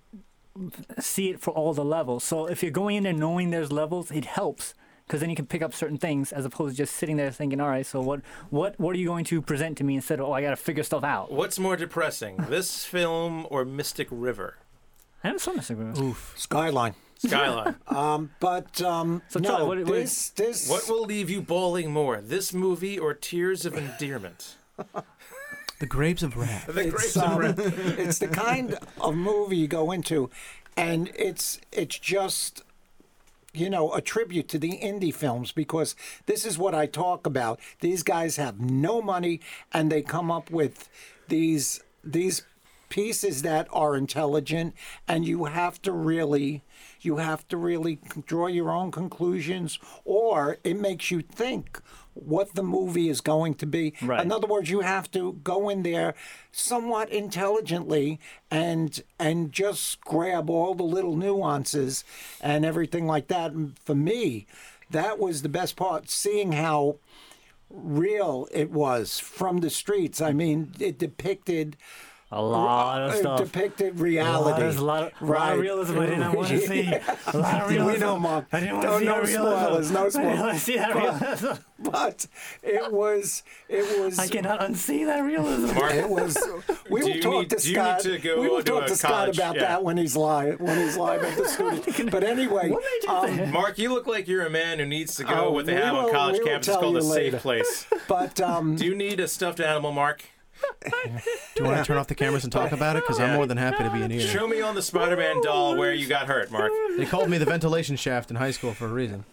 Speaker 1: see it for all the levels. So if you're going in and knowing there's levels, it helps because then you can pick up certain things as opposed to just sitting there thinking, all right, so what what what are you going to present to me instead of oh I got to figure stuff out.
Speaker 3: What's more depressing, this film or Mystic River?
Speaker 1: I have some disagreement.
Speaker 2: Skyline.
Speaker 3: Skyline.
Speaker 2: But um,
Speaker 1: So,
Speaker 2: no,
Speaker 1: Charlie, what- what-
Speaker 2: this this
Speaker 3: what will leave you bawling more, this movie or Tears of Endearment?
Speaker 4: The grapes of wrath.
Speaker 3: The Grapes
Speaker 2: it's,
Speaker 3: of
Speaker 2: um,
Speaker 3: Wrath.
Speaker 2: it's the kind of movie you go into, and it's it's just you know a tribute to the indie films because this is what I talk about. These guys have no money, and they come up with these these pieces that are intelligent, and you have to really you have to really draw your own conclusions, or it makes you think what the movie is going to be.
Speaker 1: Right.
Speaker 2: Another other words, you have to go in there somewhat intelligently and and just grab all the little nuances and everything like that. And for me, that was the best part, seeing how real it was from the streets. I mean, it depicted
Speaker 1: A lot of
Speaker 2: it
Speaker 1: stuff.
Speaker 2: depicted
Speaker 1: Oh,
Speaker 2: reality.
Speaker 1: there's a lot of, lot of realism I did not want to see. A lot of
Speaker 2: We
Speaker 1: realism.
Speaker 2: know, Mark.
Speaker 1: I didn't want
Speaker 2: Don't-
Speaker 1: to see
Speaker 2: no
Speaker 1: that realism.
Speaker 2: spoilers, no
Speaker 1: I didn't want
Speaker 2: spoilers.
Speaker 1: to see that realism.
Speaker 2: But it was it was
Speaker 1: I cannot unsee that realism.
Speaker 3: Mark,
Speaker 2: It was. We
Speaker 3: Do
Speaker 2: will
Speaker 3: you
Speaker 2: talk
Speaker 3: need-
Speaker 2: to
Speaker 3: do you need
Speaker 2: Scott.
Speaker 3: to go
Speaker 2: we will
Speaker 3: to
Speaker 2: talk
Speaker 3: a
Speaker 2: to Scott
Speaker 3: college?
Speaker 2: about
Speaker 3: Yeah.
Speaker 2: that when he's live. When he's live at the studio. But anyway,
Speaker 1: What made you
Speaker 2: um,
Speaker 1: think?
Speaker 3: Mark, you look like you're a man who needs to go
Speaker 2: Oh,
Speaker 3: what they
Speaker 2: we
Speaker 3: have on
Speaker 2: will-
Speaker 3: college
Speaker 2: we will
Speaker 3: campus. It's
Speaker 2: tell
Speaker 3: called
Speaker 2: you
Speaker 3: a
Speaker 2: later.
Speaker 3: safe place.
Speaker 2: but um,
Speaker 3: Do you need a stuffed animal, Mark?
Speaker 4: Do you want to turn off the cameras and talk about it? Because I'm more than happy to be an ear.
Speaker 3: Show me on the Spider-Man doll where you got hurt, Mark.
Speaker 4: They called me the ventilation shaft in high school for a reason.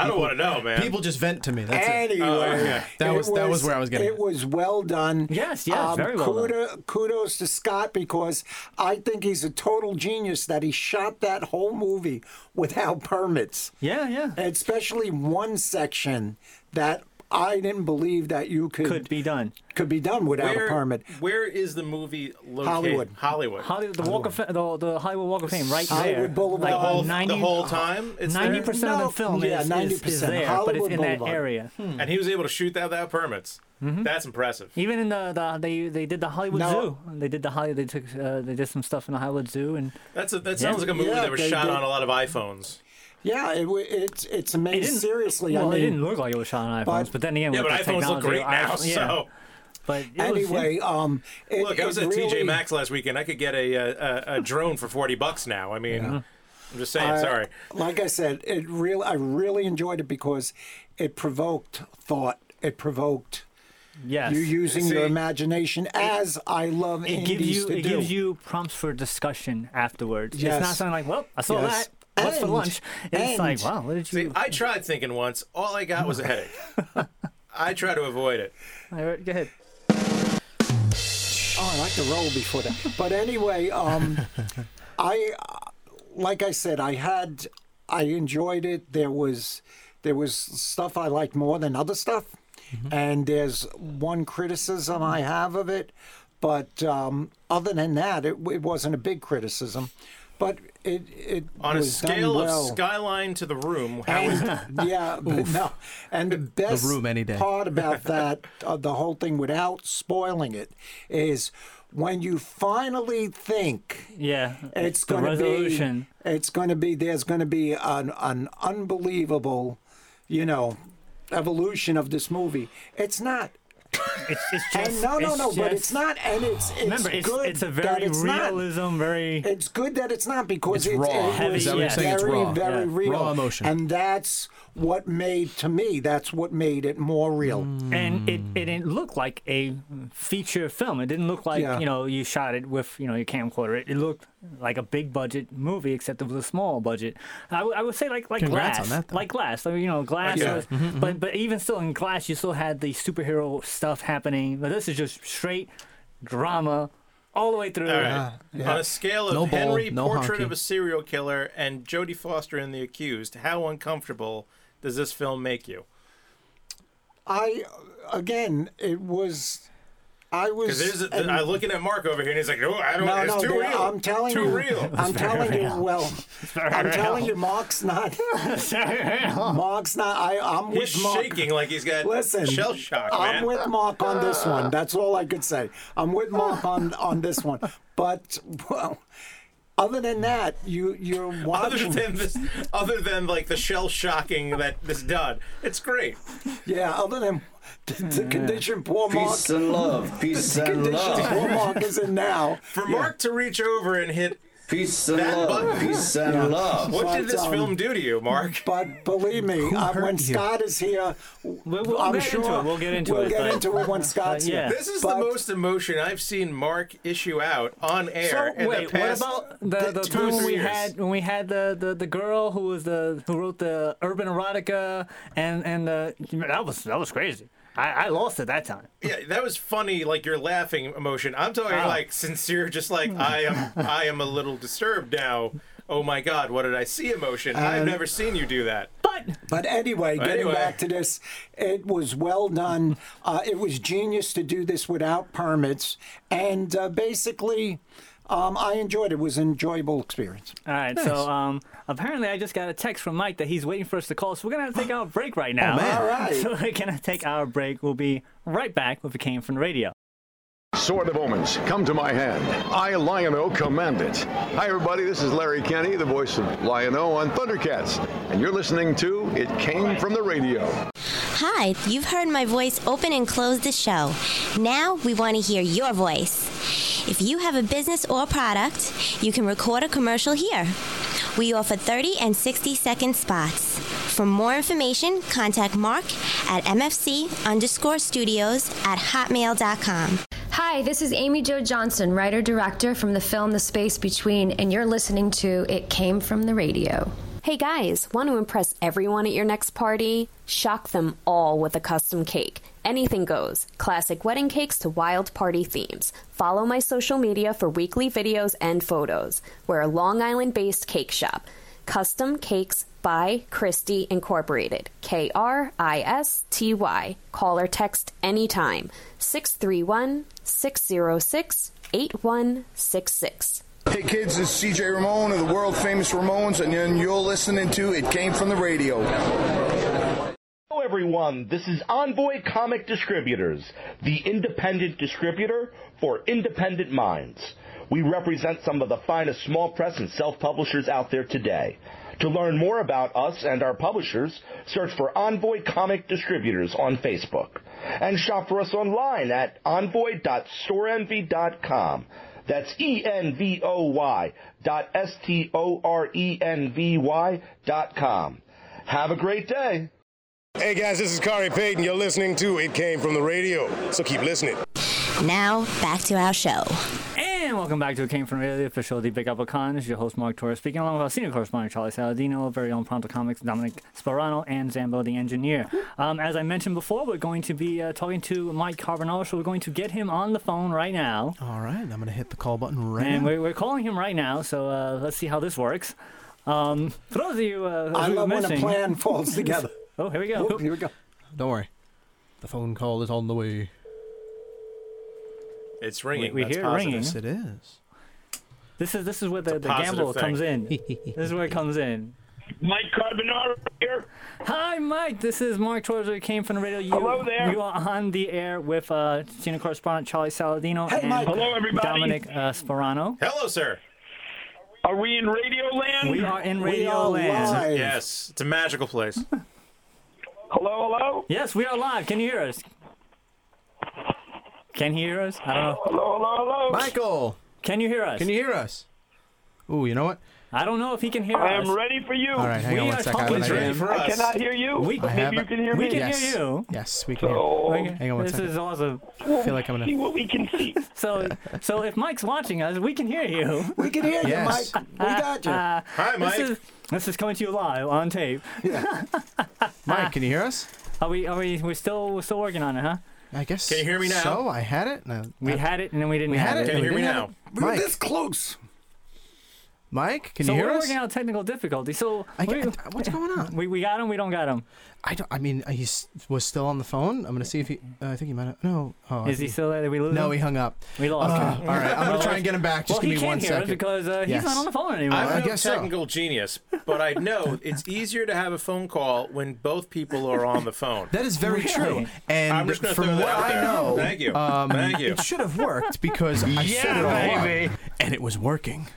Speaker 3: I don't want to know, man.
Speaker 4: People just vent to me. That's it.
Speaker 2: anyway,
Speaker 3: Oh, okay.
Speaker 4: That
Speaker 2: it
Speaker 4: was- that was where I was getting
Speaker 2: It
Speaker 4: at.
Speaker 2: was well done. Um,
Speaker 1: Yes, yes, very well done.
Speaker 2: kudo- Kudos to Scott because I think he's a total genius that he shot that whole movie without permits.
Speaker 1: Yeah, yeah.
Speaker 2: especially one section that I didn't believe that you could
Speaker 1: Could be done.
Speaker 2: could be done without
Speaker 3: where,
Speaker 2: a permit.
Speaker 3: where is the movie located?
Speaker 2: Hollywood.
Speaker 3: Hollywood.
Speaker 1: Hollywood, the Walk of Fa- the, the Hollywood Walk of Fame, right there.
Speaker 2: Hollywood Boulevard.
Speaker 3: the, whole,
Speaker 1: 90
Speaker 3: the whole time? It's there?
Speaker 1: Ninety percent of
Speaker 2: No,
Speaker 1: the film
Speaker 2: yeah,
Speaker 1: is, is, is
Speaker 2: 90%.
Speaker 1: there, but it's
Speaker 2: Hollywood
Speaker 1: in that
Speaker 2: Boulevard. Hmm.
Speaker 1: area.
Speaker 3: And he was able to shoot that without permits.
Speaker 1: Mm-hmm.
Speaker 3: That's impressive.
Speaker 1: Even in the, the they they did the Hollywood
Speaker 2: No.
Speaker 1: Zoo. They did the Hollywood. They took uh, they did some stuff in the Hollywood Zoo, and
Speaker 3: That's a, that sounds like a movie
Speaker 2: Yeah,
Speaker 3: that was
Speaker 2: they
Speaker 3: shot
Speaker 2: did.
Speaker 3: on a lot of iPhones.
Speaker 2: Yeah, it, wa- it's it's
Speaker 1: it
Speaker 2: amazing.
Speaker 1: didn't
Speaker 2: Seriously,
Speaker 1: Well,
Speaker 2: I mean,
Speaker 1: it didn't look like it was shot on iPhones, but,
Speaker 2: but-
Speaker 1: then again,
Speaker 3: Yeah,
Speaker 1: with
Speaker 3: but
Speaker 1: the
Speaker 3: iPhones look
Speaker 1: technology,
Speaker 3: great now.
Speaker 1: iPhone- yeah.
Speaker 3: So
Speaker 1: but it was-
Speaker 2: anyway, um, it,
Speaker 3: look, I was
Speaker 2: it
Speaker 3: at
Speaker 2: really,
Speaker 3: TJ Maxx last weekend. I could get a a, a, a drone for forty bucks now. I mean, I'm just saying.
Speaker 2: I-
Speaker 3: sorry.
Speaker 2: uh, Like I said, it really I really enjoyed it because it provoked thought. It provoked
Speaker 1: yes,
Speaker 2: you using your
Speaker 3: See,
Speaker 2: imagination as I love
Speaker 1: it
Speaker 2: indies
Speaker 1: gives you
Speaker 2: to
Speaker 1: it
Speaker 2: do.
Speaker 1: gives you prompts for discussion afterwards. It's not
Speaker 2: Yes.
Speaker 1: something like, well, I saw
Speaker 2: Yes.
Speaker 1: that. What's for
Speaker 2: And-
Speaker 1: lunch? It's
Speaker 2: and-
Speaker 1: like, wow, what did
Speaker 3: See,
Speaker 1: you?
Speaker 3: I tried thinking once. All I got was a headache. I try to avoid it.
Speaker 1: All right, go ahead.
Speaker 2: Oh, I like to roll before that. But anyway, um, I, like I said, I had I enjoyed it. There was there was stuff I liked more than other stuff, and there's one criticism I have of it, but um, other than that, it, it wasn't a big criticism. But it it
Speaker 3: On a
Speaker 2: was done
Speaker 3: scale
Speaker 2: well.
Speaker 3: of skyline to the room, how is
Speaker 2: And, yeah, but no. And the best
Speaker 4: room any day.
Speaker 2: part about that, uh, the whole thing, without spoiling it, is when you finally think
Speaker 1: Yeah,
Speaker 2: it's
Speaker 1: the
Speaker 2: going to be,
Speaker 1: resolution.
Speaker 2: it's going to be, there's going to be an an unbelievable, you know, evolution of this movie. It's not.
Speaker 1: It's, it's just
Speaker 2: And no, no,
Speaker 1: it's
Speaker 2: no, but it's
Speaker 1: just-
Speaker 2: not, and it's it's
Speaker 1: Remember, it's,
Speaker 2: good.
Speaker 1: it's a
Speaker 2: that
Speaker 1: very
Speaker 2: it's Not,
Speaker 1: realism, very.
Speaker 2: it's good that it's not because
Speaker 4: It's
Speaker 2: it's
Speaker 4: raw.
Speaker 2: It
Speaker 4: Heavy,
Speaker 2: was
Speaker 1: is that what you're
Speaker 4: saying? It's
Speaker 2: Very,
Speaker 4: raw.
Speaker 2: very
Speaker 1: Yeah.
Speaker 2: real.
Speaker 4: Raw emotion.
Speaker 2: And that's what made to me. That's what made it more real.
Speaker 4: Mm.
Speaker 1: and it, it didn't look like a feature film. It didn't look like
Speaker 2: Yeah.
Speaker 1: you know you shot it with you know your camcorder. It, it looked like a big budget movie, except it was a small budget. I would- I would say like like
Speaker 4: Congrats
Speaker 1: Glass,
Speaker 4: on that, though.
Speaker 1: like Glass. I mean, you know, Glass.
Speaker 3: Yeah.
Speaker 1: was- But but even still in Glass, you still had the superhero stuff happening. But this is just straight drama all the way through.
Speaker 3: All right. On a scale of
Speaker 4: No ball,
Speaker 3: Henry,
Speaker 4: no
Speaker 3: Portrait of
Speaker 4: honky.
Speaker 3: a Serial Killer, and Jodie Foster in The Accused, how uncomfortable does this film make you?
Speaker 2: I again, it was. I was.
Speaker 3: Because there's, a-
Speaker 2: and-
Speaker 3: I'm looking at Mark over here, and he's like, "No, I don't.
Speaker 2: no,
Speaker 3: it's
Speaker 2: no,
Speaker 3: too
Speaker 2: there-
Speaker 3: real.
Speaker 2: I'm telling
Speaker 3: too
Speaker 2: you,
Speaker 3: real."
Speaker 2: I'm telling you. Well, I'm telling you, Mark's not. Mark's not. I, I'm
Speaker 3: He's
Speaker 2: with Mark.
Speaker 3: shaking like he's got
Speaker 2: Listen,
Speaker 3: shell shock,
Speaker 2: I'm
Speaker 3: man.
Speaker 2: with Mark on this one. That's all I could say. I'm with Mark on on this one. But well, other than that, you you're
Speaker 3: other
Speaker 2: watching.
Speaker 3: than this, other than like the shell shocking that this done, it's great.
Speaker 2: yeah, other than the, the condition poor Mark.
Speaker 8: Peace and love. Peace
Speaker 2: the
Speaker 8: and
Speaker 2: condition
Speaker 8: love.
Speaker 2: poor Mark is in now.
Speaker 3: For Mark to reach over and hit,
Speaker 8: Peace and
Speaker 3: That
Speaker 8: love.
Speaker 3: button.
Speaker 8: Peace and love.
Speaker 3: what
Speaker 2: But,
Speaker 3: did this
Speaker 2: um,
Speaker 3: film do to you, Mark?
Speaker 2: But believe me, uh,
Speaker 4: hurt
Speaker 2: when
Speaker 4: you?
Speaker 2: Scott is here,
Speaker 1: We'll, we'll
Speaker 2: I'm
Speaker 1: get
Speaker 2: sure
Speaker 1: into it. We'll get into
Speaker 2: we'll
Speaker 1: it.
Speaker 2: get
Speaker 1: but-
Speaker 2: into it when Scott's
Speaker 1: yeah.
Speaker 2: here.
Speaker 3: This is
Speaker 2: But-
Speaker 3: the most emotion I've seen Mark issue out on air. in
Speaker 1: So wait,
Speaker 3: the past
Speaker 1: what about the, the
Speaker 3: two,
Speaker 1: time when
Speaker 3: three
Speaker 1: we
Speaker 3: years.
Speaker 1: had when we had the, the, the girl who was the who wrote the urban erotica and and the, that was that was crazy. I, I lost it that time.
Speaker 3: Yeah, that was funny. Like your laughing emotion. I'm talking
Speaker 1: Oh.
Speaker 3: like sincere. Just like
Speaker 4: Hmm.
Speaker 3: I am. I am a little disturbed now. Oh my God, what did I see? Emotion.
Speaker 4: Uh,
Speaker 3: I've never seen you do that.
Speaker 1: But
Speaker 2: But anyway, getting
Speaker 3: Anyway.
Speaker 2: back to this, it was well done. Uh, it was genius to do this without permits, and uh, basically, um, I enjoyed it. It was an enjoyable experience.
Speaker 1: all right, so um, apparently I just got a text from Mike that he's waiting for us to call, so we're gonna have to take our break right now.
Speaker 4: man.
Speaker 2: All right.
Speaker 1: So we're gonna take our break. We'll be right back with a came from the radio.
Speaker 7: Sword of Omens, come to my hand. I, Lion-O, command it. Hi, everybody. This is Larry Kenny, the voice of Lion-O on Thundercats, and you're listening to It Came From The Radio.
Speaker 9: Hi, you've heard my voice open and close the show. Now we want to hear your voice. If you have a business or product, you can record a commercial here. We offer 30 and 60 second spots. For more information, contact Mark at mfc underscore studios at hotmail.com.
Speaker 10: Hi, this is Amy Jo Johnson, writer director from the film The Space Between, and you're listening to It Came From the Radio.
Speaker 9: Hey guys, want to impress everyone at your next party? Shock them all with a custom cake. Anything goes. Classic wedding cakes to wild party themes. Follow my social media for weekly videos and photos. We're a Long Island based cake shop. Custom Cakes by Christie Incorporated. K R I S T Y. Call or text anytime. 631 606 8166.
Speaker 7: Hey, kids, this is CJ Ramon of the world famous Ramones, and you're listening to It Came From The Radio.
Speaker 8: Hello, everyone. This is Envoy Comic Distributors, the independent distributor for independent minds. We represent some of the finest small press and self publishers out there today. To learn more about us and our publishers, search for Envoy Comic Distributors on Facebook and shop for us online at envoy.storenvy.com. That's E N V O Y dot S T O R E N V Y dot com. Have a great day.
Speaker 7: Hey, guys, this is Kari Payton. You're listening to It Came From The Radio, so keep listening.
Speaker 9: Now, back to our show.
Speaker 1: And welcome back to It Came From Italy, official of the Big Apple Con. This is your host, Mark Torres, speaking along with our senior correspondent, Charlie Saladino, our very own Pronto Comics, Dominic Sperano, and Zambo the Engineer. Um, as I mentioned before, we're going to be uh, talking to Mike Carbonaro, so we're going to get him on the phone right now.
Speaker 2: Oh,
Speaker 4: All right, I'm gonna hit the call button right
Speaker 1: And
Speaker 4: now.
Speaker 1: we're, we're calling him right now, so uh, let's see how this works. Um, for those of you, uh,
Speaker 2: I
Speaker 1: who are
Speaker 2: love when a
Speaker 1: missing-
Speaker 2: plan falls together.
Speaker 1: oh, here we go.
Speaker 2: Here we go.
Speaker 4: Don't worry. The phone call is on the way.
Speaker 3: It's ringing.
Speaker 1: We- we
Speaker 3: That's
Speaker 1: hear
Speaker 3: positive.
Speaker 1: ringing.
Speaker 4: Yes, it is.
Speaker 1: This is this is where the, the
Speaker 3: positive
Speaker 1: gamble
Speaker 3: thing.
Speaker 1: comes in. this is where it comes in.
Speaker 11: Mike Carbonaro here.
Speaker 1: Hi, Mike. This is Mark Torres. who came from the radio. You,
Speaker 11: Hello there.
Speaker 1: You are on the air with uh, senior correspondent Charlie Saladino
Speaker 2: Hey,
Speaker 1: and
Speaker 2: Mike.
Speaker 11: Hello, everybody.
Speaker 1: Dominic uh, Sperano.
Speaker 3: Hello, sir.
Speaker 11: Are we in Radio Land?
Speaker 1: We are in
Speaker 2: We
Speaker 1: Radio
Speaker 2: are
Speaker 1: Land.
Speaker 2: live.
Speaker 3: Yes, it's a magical place.
Speaker 11: Hello, hello,
Speaker 1: Yes, we are live. Can you hear us? Can you hear us? I don't know.
Speaker 11: hello, hello, hello.
Speaker 4: Michael,
Speaker 1: Can you hear us?
Speaker 4: can you hear us? Ooh, you know what?
Speaker 1: I don't know if he can hear
Speaker 11: I
Speaker 1: us.
Speaker 11: am ready for you.
Speaker 4: All right, hang
Speaker 1: We
Speaker 4: on
Speaker 1: are
Speaker 4: one second.
Speaker 1: talking
Speaker 4: have
Speaker 1: to
Speaker 4: an idea.
Speaker 1: him.
Speaker 3: for
Speaker 11: I
Speaker 3: us.
Speaker 11: cannot hear you.
Speaker 1: We- I
Speaker 11: Maybe
Speaker 4: have
Speaker 11: you
Speaker 4: a-
Speaker 11: can hear
Speaker 1: we
Speaker 11: me.
Speaker 1: can
Speaker 4: Yes.
Speaker 1: hear you.
Speaker 4: Yes, we can. hear.
Speaker 11: So,
Speaker 1: Okay,
Speaker 4: Hang on one
Speaker 1: this
Speaker 4: second.
Speaker 1: is awesome.
Speaker 4: I feel like I'm
Speaker 11: see
Speaker 4: gonna.
Speaker 11: what we can see.
Speaker 1: So, so if Mike's watching us, we can hear you.
Speaker 2: We can hear
Speaker 4: Yes.
Speaker 2: you, Mike. We got you.
Speaker 1: Uh,
Speaker 3: Hi, Mike.
Speaker 1: This is, this is coming to you live on tape. Ah.
Speaker 4: Mike, can you hear us?
Speaker 1: Are we? Are we? We're still we're still working on it, huh?
Speaker 4: I guess.
Speaker 3: Can you hear me now?
Speaker 4: So I had it. No,
Speaker 1: We had it and then we didn't
Speaker 4: Uh, we
Speaker 1: have
Speaker 4: had it.
Speaker 3: Can you
Speaker 4: no, we
Speaker 3: hear me
Speaker 4: didn't
Speaker 3: now?
Speaker 4: have it.
Speaker 2: We were
Speaker 4: Mike,
Speaker 2: this close.
Speaker 4: Mike, can
Speaker 1: so
Speaker 4: you hear
Speaker 1: we're
Speaker 4: us?
Speaker 1: working out technical difficulty. So
Speaker 4: I,
Speaker 1: we,
Speaker 4: I- what's going on?
Speaker 1: we we got him. We don't got him.
Speaker 4: I don't. I mean, he was still on the phone. I'm gonna see if he. Uh, I think he might. Have, no. Oh, I
Speaker 1: Is he
Speaker 4: think-
Speaker 1: still there? Did we lose
Speaker 4: No,
Speaker 1: him?
Speaker 4: he hung up.
Speaker 1: we lost
Speaker 4: Ah,
Speaker 1: him.
Speaker 4: all right, I'm gonna try and get him back.
Speaker 1: well,
Speaker 4: Just give
Speaker 1: he
Speaker 4: me
Speaker 1: can't
Speaker 4: one
Speaker 1: hear us
Speaker 4: second.
Speaker 1: because uh, he's
Speaker 4: Yes.
Speaker 1: not on the phone anymore.
Speaker 4: I
Speaker 3: I'm no
Speaker 4: guess so.
Speaker 3: technical genius, but I know it's easier to have a phone call when both people are on the phone.
Speaker 4: That is very true.
Speaker 1: Really?
Speaker 4: And
Speaker 3: I'm just gonna
Speaker 4: from
Speaker 3: throw that
Speaker 4: what
Speaker 3: out
Speaker 4: I
Speaker 3: there.
Speaker 4: know,
Speaker 3: Thank you.
Speaker 4: Um,
Speaker 3: Thank you.
Speaker 4: It should have worked because I set it all up, and it was working.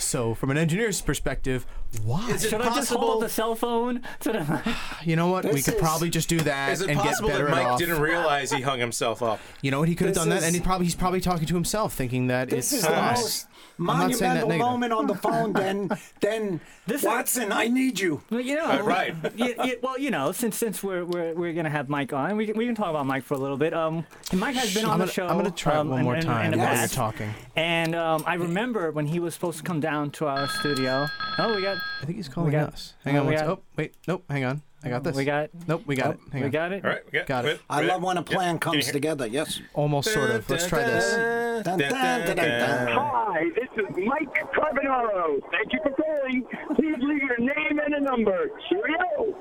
Speaker 4: So, from an engineer's perspective, why?
Speaker 3: Is it
Speaker 1: Should I just hold
Speaker 3: possible?
Speaker 1: up the cell phone to the?
Speaker 4: you know what? We
Speaker 2: This
Speaker 4: could
Speaker 2: is-
Speaker 4: probably just do that
Speaker 3: Is it
Speaker 4: and get
Speaker 3: possible
Speaker 4: better
Speaker 3: that
Speaker 4: at
Speaker 3: Mike
Speaker 4: off.
Speaker 3: didn't realize he hung himself up?
Speaker 4: You know what? He could have
Speaker 2: This
Speaker 4: done that, and he
Speaker 2: is-
Speaker 4: probably he's probably talking to himself, thinking that
Speaker 2: This
Speaker 4: it's
Speaker 2: is the
Speaker 4: us.
Speaker 2: most
Speaker 4: not saying that
Speaker 2: monumental
Speaker 4: negative.
Speaker 2: moment on the phone. Then, then
Speaker 1: This is-
Speaker 2: Watson, I need you.
Speaker 1: Well, you know,
Speaker 3: Uh, right.
Speaker 1: y- y- well, you know, since since we're we're, we're gonna have Mike on, we can, we can talk about Mike for a little bit. Um, and Mike has been
Speaker 4: I'm
Speaker 1: on
Speaker 4: gonna,
Speaker 1: the show.
Speaker 4: I'm gonna try
Speaker 1: um,
Speaker 4: one
Speaker 1: in-
Speaker 4: more
Speaker 1: in- in
Speaker 4: time
Speaker 1: the
Speaker 4: while
Speaker 1: past.
Speaker 4: you're talking.
Speaker 1: And um, I remember when he was supposed to come down to our studio. Oh, we got
Speaker 4: I think he's calling
Speaker 1: got-
Speaker 4: us. Hang
Speaker 1: oh,
Speaker 4: on.
Speaker 1: we
Speaker 4: One,
Speaker 1: got- Oh,
Speaker 4: oh, wait. Nope. Hang on. I got this.
Speaker 1: we got
Speaker 4: Nope. We got
Speaker 1: oh,
Speaker 4: it. Hang
Speaker 1: we
Speaker 4: on.
Speaker 1: got it.
Speaker 3: All right, we got,
Speaker 4: Got it.
Speaker 2: I love when a plan comes together. Yes.
Speaker 4: Almost sort of. Let's try
Speaker 3: Uh,
Speaker 4: this.
Speaker 2: Dun, dun, dun, dun, dun.
Speaker 11: Hi, this is Mike Carbonaro. Thank you for calling. Please leave your name and a number. Cheerio.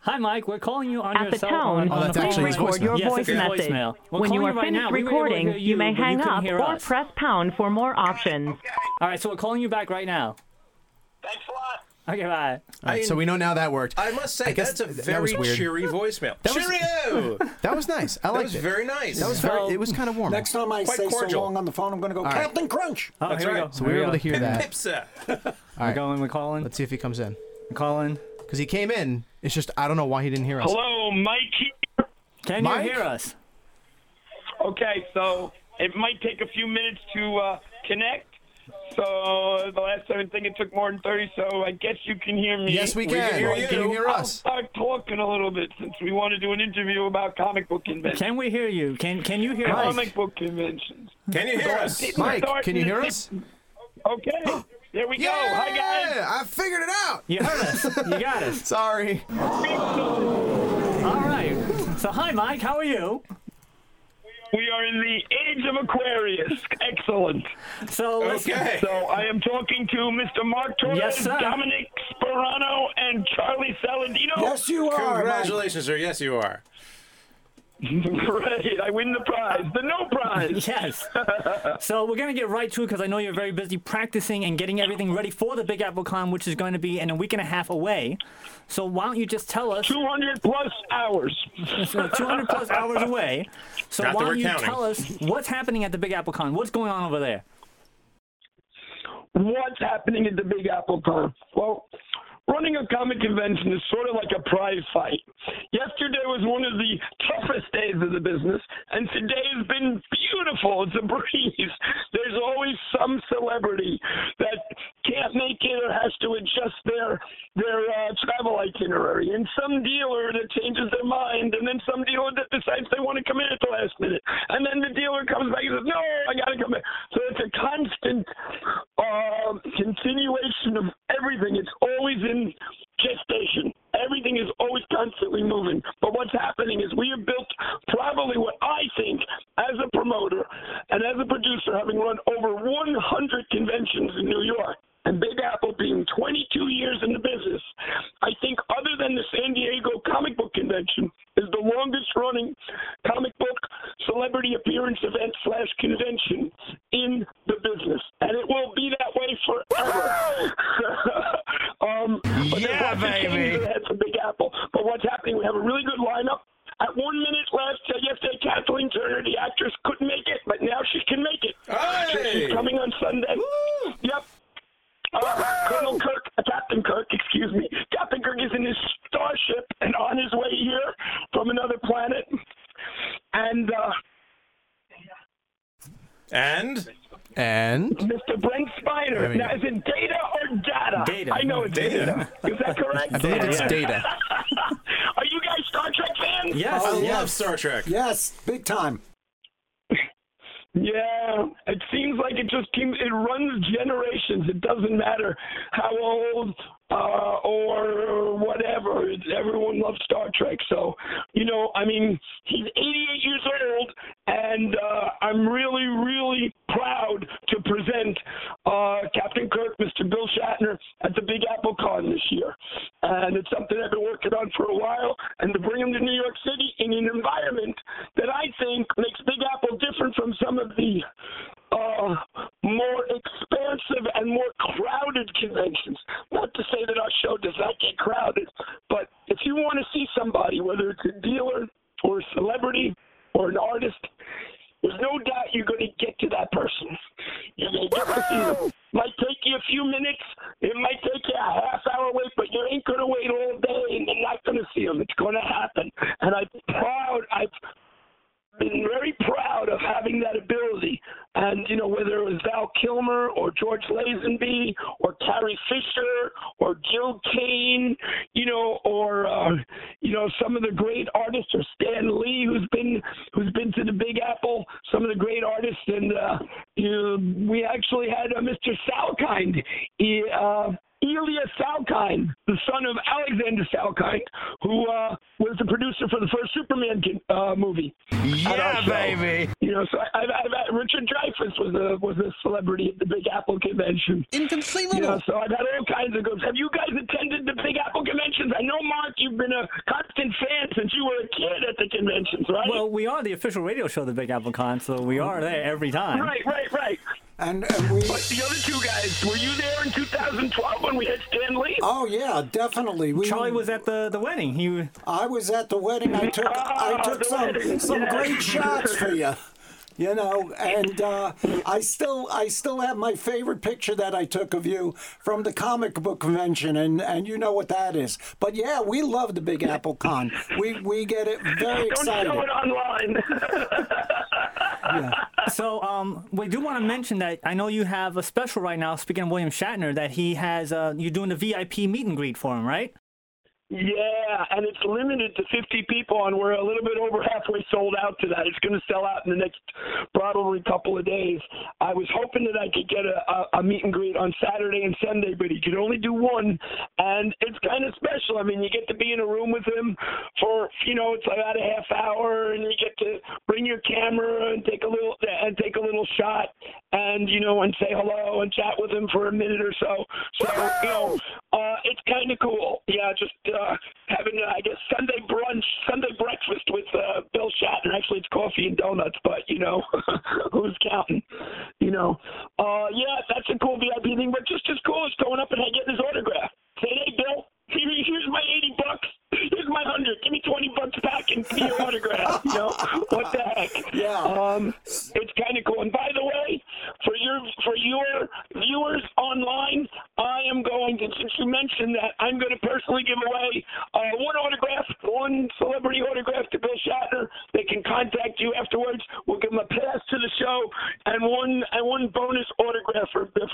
Speaker 1: Hi, Mike. We're calling you on
Speaker 12: At
Speaker 1: your
Speaker 12: the
Speaker 1: cell
Speaker 12: tone,
Speaker 1: phone. on
Speaker 4: Oh, that's
Speaker 1: the
Speaker 4: actually his
Speaker 1: phone.
Speaker 4: voicemail. your
Speaker 1: Yes,
Speaker 12: voice
Speaker 1: it's his
Speaker 12: message.
Speaker 1: voicemail. We're
Speaker 12: when you
Speaker 1: calling
Speaker 12: are
Speaker 1: right
Speaker 12: finished
Speaker 1: now. We were able to
Speaker 12: recording,
Speaker 1: hear
Speaker 12: you, may
Speaker 1: but you
Speaker 12: hang
Speaker 1: couldn't
Speaker 12: up
Speaker 1: hear
Speaker 12: or
Speaker 1: us.
Speaker 12: press pound for more options.
Speaker 1: All right, so we're calling you back right now.
Speaker 11: Thanks a lot.
Speaker 1: Okay, bye.
Speaker 3: Oh,
Speaker 4: All right, so we know now that worked.
Speaker 3: I must say,
Speaker 4: I guess
Speaker 3: that's a
Speaker 4: th- that
Speaker 3: very
Speaker 4: was weird.
Speaker 3: cheery voicemail.
Speaker 4: That was-
Speaker 3: Cheerio! that
Speaker 4: That was nice. I liked
Speaker 3: was
Speaker 4: it.
Speaker 3: very nice.
Speaker 4: That was
Speaker 1: So-
Speaker 4: very. It was kind of warm.
Speaker 2: Next time I
Speaker 3: Quite
Speaker 2: say so
Speaker 3: cordial.
Speaker 2: long on the phone, I'm going to go
Speaker 4: right.
Speaker 2: Captain Crunch.
Speaker 1: Oh,
Speaker 3: That's
Speaker 1: here we
Speaker 3: right.
Speaker 1: go.
Speaker 4: so we were able to hear that.
Speaker 3: Pipsa.
Speaker 4: All
Speaker 1: We're
Speaker 4: right,
Speaker 1: going. We're calling.
Speaker 4: let's see if he comes in.
Speaker 1: We're calling.
Speaker 4: Because he came in. It's just I don't know why he didn't hear us.
Speaker 11: Hello, Mike.
Speaker 1: Can
Speaker 4: Mike?
Speaker 1: you hear us?
Speaker 11: Okay, so it might take a few minutes to uh, connect. So the last time I think it took more than 30, so I guess you can hear me.
Speaker 4: Yes, we
Speaker 3: We can
Speaker 4: can.
Speaker 3: hear
Speaker 4: Can
Speaker 3: you.
Speaker 4: you hear
Speaker 11: I'll
Speaker 4: us?
Speaker 11: start talking a little bit since we want to do an interview about comic book conventions.
Speaker 1: Can we hear you? Can Can you hear us?
Speaker 11: Comic book conventions.
Speaker 3: Can you hear us?
Speaker 11: People
Speaker 4: Mike,
Speaker 11: start
Speaker 4: can you
Speaker 11: to
Speaker 4: hear
Speaker 11: think-
Speaker 4: us?
Speaker 11: Okay, there we go. Hi, guys.
Speaker 4: Yeah, I figured it out.
Speaker 1: You heard us. You got us.
Speaker 4: Sorry.
Speaker 1: All right. So hi, Mike. How are you?
Speaker 11: We are in the age of Aquarius. Excellent.
Speaker 1: So let's-
Speaker 3: Okay.
Speaker 11: So I am talking to Mr. Mark Torres,
Speaker 1: Yes, sir.
Speaker 11: Dominic Sperano, and Charlie Saladino.
Speaker 2: Yes, you are. Mike.
Speaker 3: Congratulations, sir. Yes, you are.
Speaker 11: Great. I win the prize. The no prize.
Speaker 1: Yes. so we're going to get right to it because I know you're very busy practicing and getting everything ready for the Big Apple Con, which is going to be in a week and a half away. So why don't you just tell us
Speaker 11: 200 plus hours.
Speaker 1: so 200 plus hours away? So
Speaker 3: Not that
Speaker 1: why
Speaker 3: we're
Speaker 1: don't you
Speaker 3: counting.
Speaker 1: tell us what's happening at the Big Apple Con? What's going on over there?
Speaker 11: What's happening at the Big Apple Con? Well, running a comic convention is sort of like a prize fight. Yesterday was one of the toughest days of the business, and today has been beautiful. It's a breeze. There's always some celebrity that can't make it or has to adjust their their uh, travel itinerary, and some dealer that changes their mind, and then some dealer that decides they want to come in at the last minute, and then the dealer comes back and says, "No, I got to come in." So it's a constant uh, continuation of everything. It's always in gestation. Everything is always constantly moving. But what's happening is we have built probably what I think, as a promoter and as a producer, having run over 100 conventions in New York. And Big Apple now being 22 years in the business, I think other than the San Diego Comic Book Convention is the longest running comic book celebrity appearance event slash convention in the business, and it will be that way forever. um, but yeah, baby. Had some Big Apple, but what's happening? We have a really good lineup. At one minute left, uh, yesterday Kathleen Turner, the actress, couldn't make it, but now she can make it. So she's coming on Sunday. Yep. Uh, Colonel Kirk, uh, Captain Kirk, excuse me. Captain Kirk is in his starship and on his way here from another planet. And uh,
Speaker 3: And
Speaker 4: and
Speaker 11: Mr. Brent
Speaker 4: There
Speaker 11: Spiner.
Speaker 4: we
Speaker 11: Now,
Speaker 4: go.
Speaker 11: is it Data or Data?
Speaker 4: Data.
Speaker 11: I know it's Data.
Speaker 4: Data.
Speaker 11: Is that correct?
Speaker 4: I believe it's data.
Speaker 11: Are you guys Star Trek fans?
Speaker 2: Oh, yes. Yes, big time.
Speaker 11: Yeah, it seems like it just keeps it runs generations. It doesn't matter how old uh, or whatever. It's- Everyone loves Star Trek, so you know. I mean, he's 88 years old, and uh, I'm really, really proud to present uh, Captain Kirk, Mr. Bill Shatner, at the Big Apple Con this year. And it's something I've been working on for a while, and to bring him to New York City in an environment that I think makes Big Apple different from some of the uh, more expansive and more crowded conventions. Not to say that our show does not get crowded, but if you want to see somebody, whether it's a dealer or a celebrity or an artist, there's no doubt you're going to get to that person. You're going to get to see them. Might take you a few minutes. It might take you a half hour wait, but you ain't going to wait all day and you're not going to see them. It's going to happen. And I'm proud. I've been very proud of having that ability. And, you know, whether it was Val Kilmer or George Lazenby or Carrie Fisher or Jill Kane, you know, or, uh, you know, some of the great artists or Stan Lee, who's been, who's been to the Big Apple, some of the great artists. And, uh, you know, we actually had uh, Mr. Salkind, he, uh, Elias Salkind, the son of Alexander Salkind, who uh, was the producer for the first Superman uh, movie. Yeah, baby. You know, so I, I, I, Richard Dreyfuss was a was a celebrity at the Big Apple convention. Inconceivable. You know, so I've had all kinds of groups. Have you guys attended the Big Apple conventions? I know, Mark, you've been a constant fan since you were a kid at the conventions, right?
Speaker 1: Well, we are the official radio show of the Big Apple Con, so we are there every time.
Speaker 11: Right, right, right.
Speaker 2: And, and we.
Speaker 11: But the other two guys, were you there in 2012 when we had Stan Lee?
Speaker 2: Oh yeah, definitely. We,
Speaker 1: Charlie was at the, the wedding. He
Speaker 2: I was at the wedding. I took I took
Speaker 11: Ah, the
Speaker 2: some
Speaker 11: wedding,
Speaker 2: some
Speaker 11: yes.
Speaker 2: great shots for you. You know, and uh, I still I still have my favorite picture that I took of you from the comic book convention, and, and you know what that is. But yeah, we love the Big Apple Con. We we get it very
Speaker 11: Don't
Speaker 2: excited.
Speaker 11: show it online.
Speaker 1: So um, we do want to mention that I know you have a special right now. Speaking of William Shatner, that he has uh, you're doing the VIP meet and greet for him, right?
Speaker 11: Yeah, and it's limited to 50 people, and we're a little bit over halfway sold out to that. It's going to sell out in the next probably couple of days. I was hoping that I could get a, a, a meet and greet on Saturday and Sunday, but he could only do one, and it's kind of special. I mean, you get to be in a room with him for you know it's about a half hour, and you get to bring your camera and take a little and take a little shot, and you know and say hello and chat with him for a minute or so. So you know, uh, it's kind of cool. Yeah, just uh, having uh, I guess Sunday brunch, Sunday breakfast with uh, Bill Shatner. Actually, it's coffee and donuts, but you know, who's counting? You know, uh, yeah, that's a cool VIP thing. But just as cool as going up and getting his autograph. Say, hey, Bill. Here, here's my 80 bucks. Here's my 100. Give me 20 bucks back and give me your autograph. You know, what the heck? Yeah. Um, it's kind of cool. And by the way, for your for your viewers online, I am going to, since you mentioned that, I'm going to personally give away uh, one autograph, one celebrity autograph to Bill Shatner. They can contact you afterwards. We'll give them a pass to the show and one and one bonus autograph for for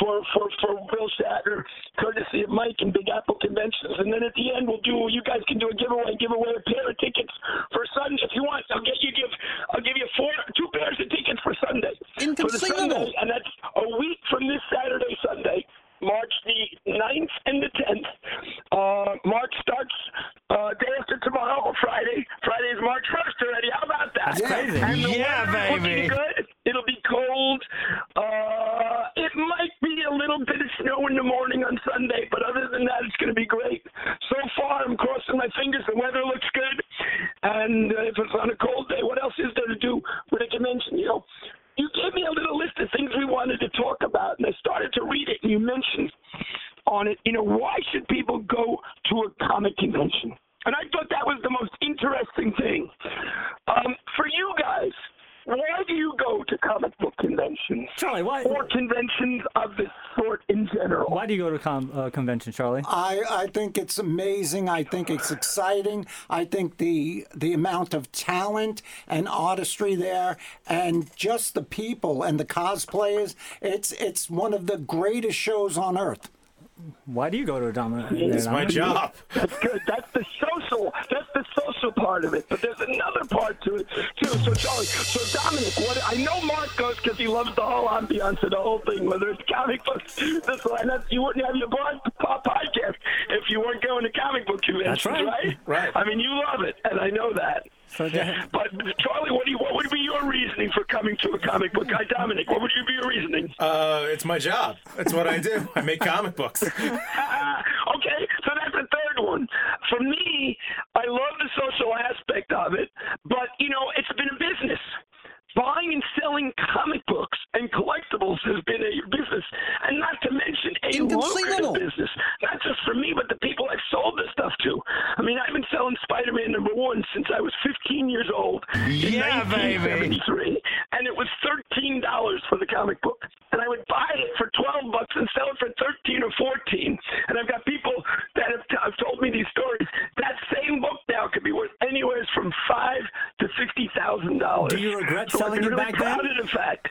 Speaker 11: for, for, for Bill Shatner, courtesy of Mike and Big Apple Conventions. And then at the end, we'll do you guys can do a giveaway, give away a pair of tickets for Sunday if you want. I'll get you give I'll give you four two pairs of tickets for Sunday for the Sunday, and that's a week from this Saturday, Sunday. March the 9th and the 10th. Uh, March starts uh, day after tomorrow, Friday. Friday is March 1st already. How about that?
Speaker 1: That's crazy.
Speaker 11: And the
Speaker 1: Yeah,
Speaker 11: weather's looking
Speaker 1: baby.
Speaker 11: Good. It'll be cold. Uh, it might be a little bit of snow in the morning weather looks good, and uh, if it's on a cold day, what else is there to do with a convention? You know, you gave me a little list of things we wanted to talk about, and I started to read it, and you mentioned on it. You know, why should people go to a comic convention? And I thought that was the most interesting thing. Um, for you guys, why do you go to comic book conventions?
Speaker 1: Charlie, why?
Speaker 11: Or conventions of this sort in general.
Speaker 1: Why do you go to com- uh, convention, Charlie?
Speaker 2: I, I think it's amazing. I think it's exciting. I think the the amount of talent and artistry there, and just the people and the cosplayers. It's it's one of the greatest shows on earth.
Speaker 1: Why do you go to a dominant?
Speaker 3: It's my job.
Speaker 11: That's good. That's the social. That's the social part of it. But there's another part to it too. So Charlie, so Dominic, what I know Mark goes because he loves the whole ambiance of the whole thing, whether it's comic books. This line, that's, you wouldn't have your pod, pod, podcast if you weren't going to comic book conventions,
Speaker 1: That's right.
Speaker 11: right?
Speaker 1: Right.
Speaker 11: I mean, you love it, and I know that.
Speaker 1: So that-
Speaker 11: But Charlie, what do you, what would be your reasoning for coming to a comic book guy, Dominic? What would you be your reasoning?
Speaker 3: Uh, it's my job. That's what I do. I make comic books.
Speaker 11: okay, so that's the third one. For me, I love the social aspect of it, but you know, it's been a business. Buying and selling comic books and collectibles has been a business, and not to mention a lucrative
Speaker 2: Inconceivable.
Speaker 11: business. Not just for me, but the people I've sold this stuff to. I mean, I've been selling Spider-Man number one since I was 15 years old.
Speaker 3: Yeah,
Speaker 11: in 1973, and it was $13 for the comic book, and I would buy it for 12 bucks and sell it for 13 or 14. And I've got people that have, t- have told me these stories. That same book now could be worth anywhere from five to fifty thousand dollars.
Speaker 1: Do you regret
Speaker 11: so
Speaker 1: selling
Speaker 11: I've been
Speaker 1: it
Speaker 11: really
Speaker 1: back
Speaker 11: proud of the fact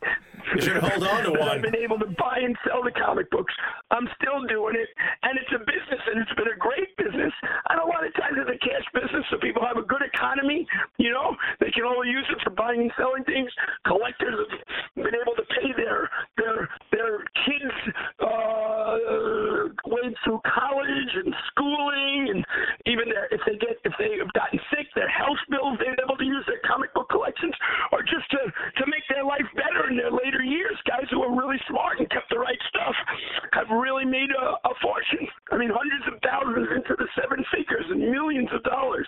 Speaker 3: You should hold on to
Speaker 11: that
Speaker 3: one.
Speaker 11: I've been able to buy and sell the comic books. I'm still doing it, and it's a business, and it's been a great business. And a lot of times it's a cash business, so people have a good economy. You know, they can only use it for buying and selling things. Collectors have been able to pay their their their kids uh, went through college and schooling, and even their, if they get if they have gotten sick, their health bills, they're able to use their comic book collections, or just to to make their life better in their later years. Guys who are really smart and kept the right stuff have really made a, a fortune. I mean, hundreds of thousands into the seven figures and millions of dollars,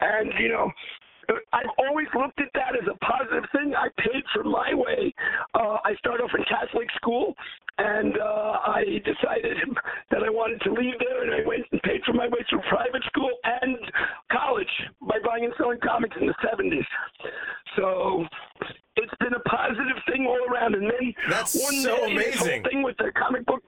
Speaker 11: and you know. I've always looked at that as a positive thing. I paid for my way. Uh, I started off in Catholic school, and uh, I decided that I wanted to leave there, and I went and paid for my way through private school and college by buying and selling comics in the 70s. So it's been a positive thing all around. And then
Speaker 3: That's
Speaker 11: one
Speaker 3: so
Speaker 11: day, this whole
Speaker 3: amazing.
Speaker 11: thing with the comic book.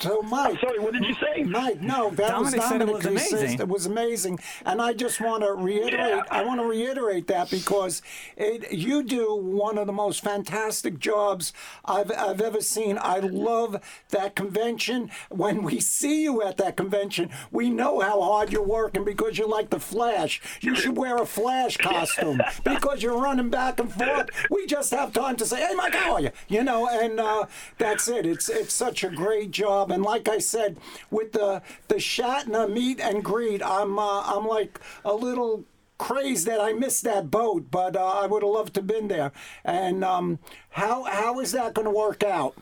Speaker 2: So, Mike.
Speaker 11: sorry, what did you say?
Speaker 2: Mike, no, that
Speaker 1: Dominic
Speaker 2: was
Speaker 1: said it
Speaker 2: Dominic
Speaker 1: was
Speaker 2: who says
Speaker 1: amazing.
Speaker 2: It was amazing, and I just want to reiterate. I want to reiterate that because it, you do one of the most fantastic jobs I've, I've ever seen. I love that convention. When we see you at that convention, we know how hard you're working because you're like the Flash. You should wear a Flash costume because you're running back and forth. We just have time to say, "Hey, Mike, how are you?" You know, and uh, that's it. It's it's such a great job, and like I said, with the the Shatner meet and greet, I'm uh, I'm like a little crazed that I missed that boat, but uh, I would have loved to have been there. And um, how how is that going to work out?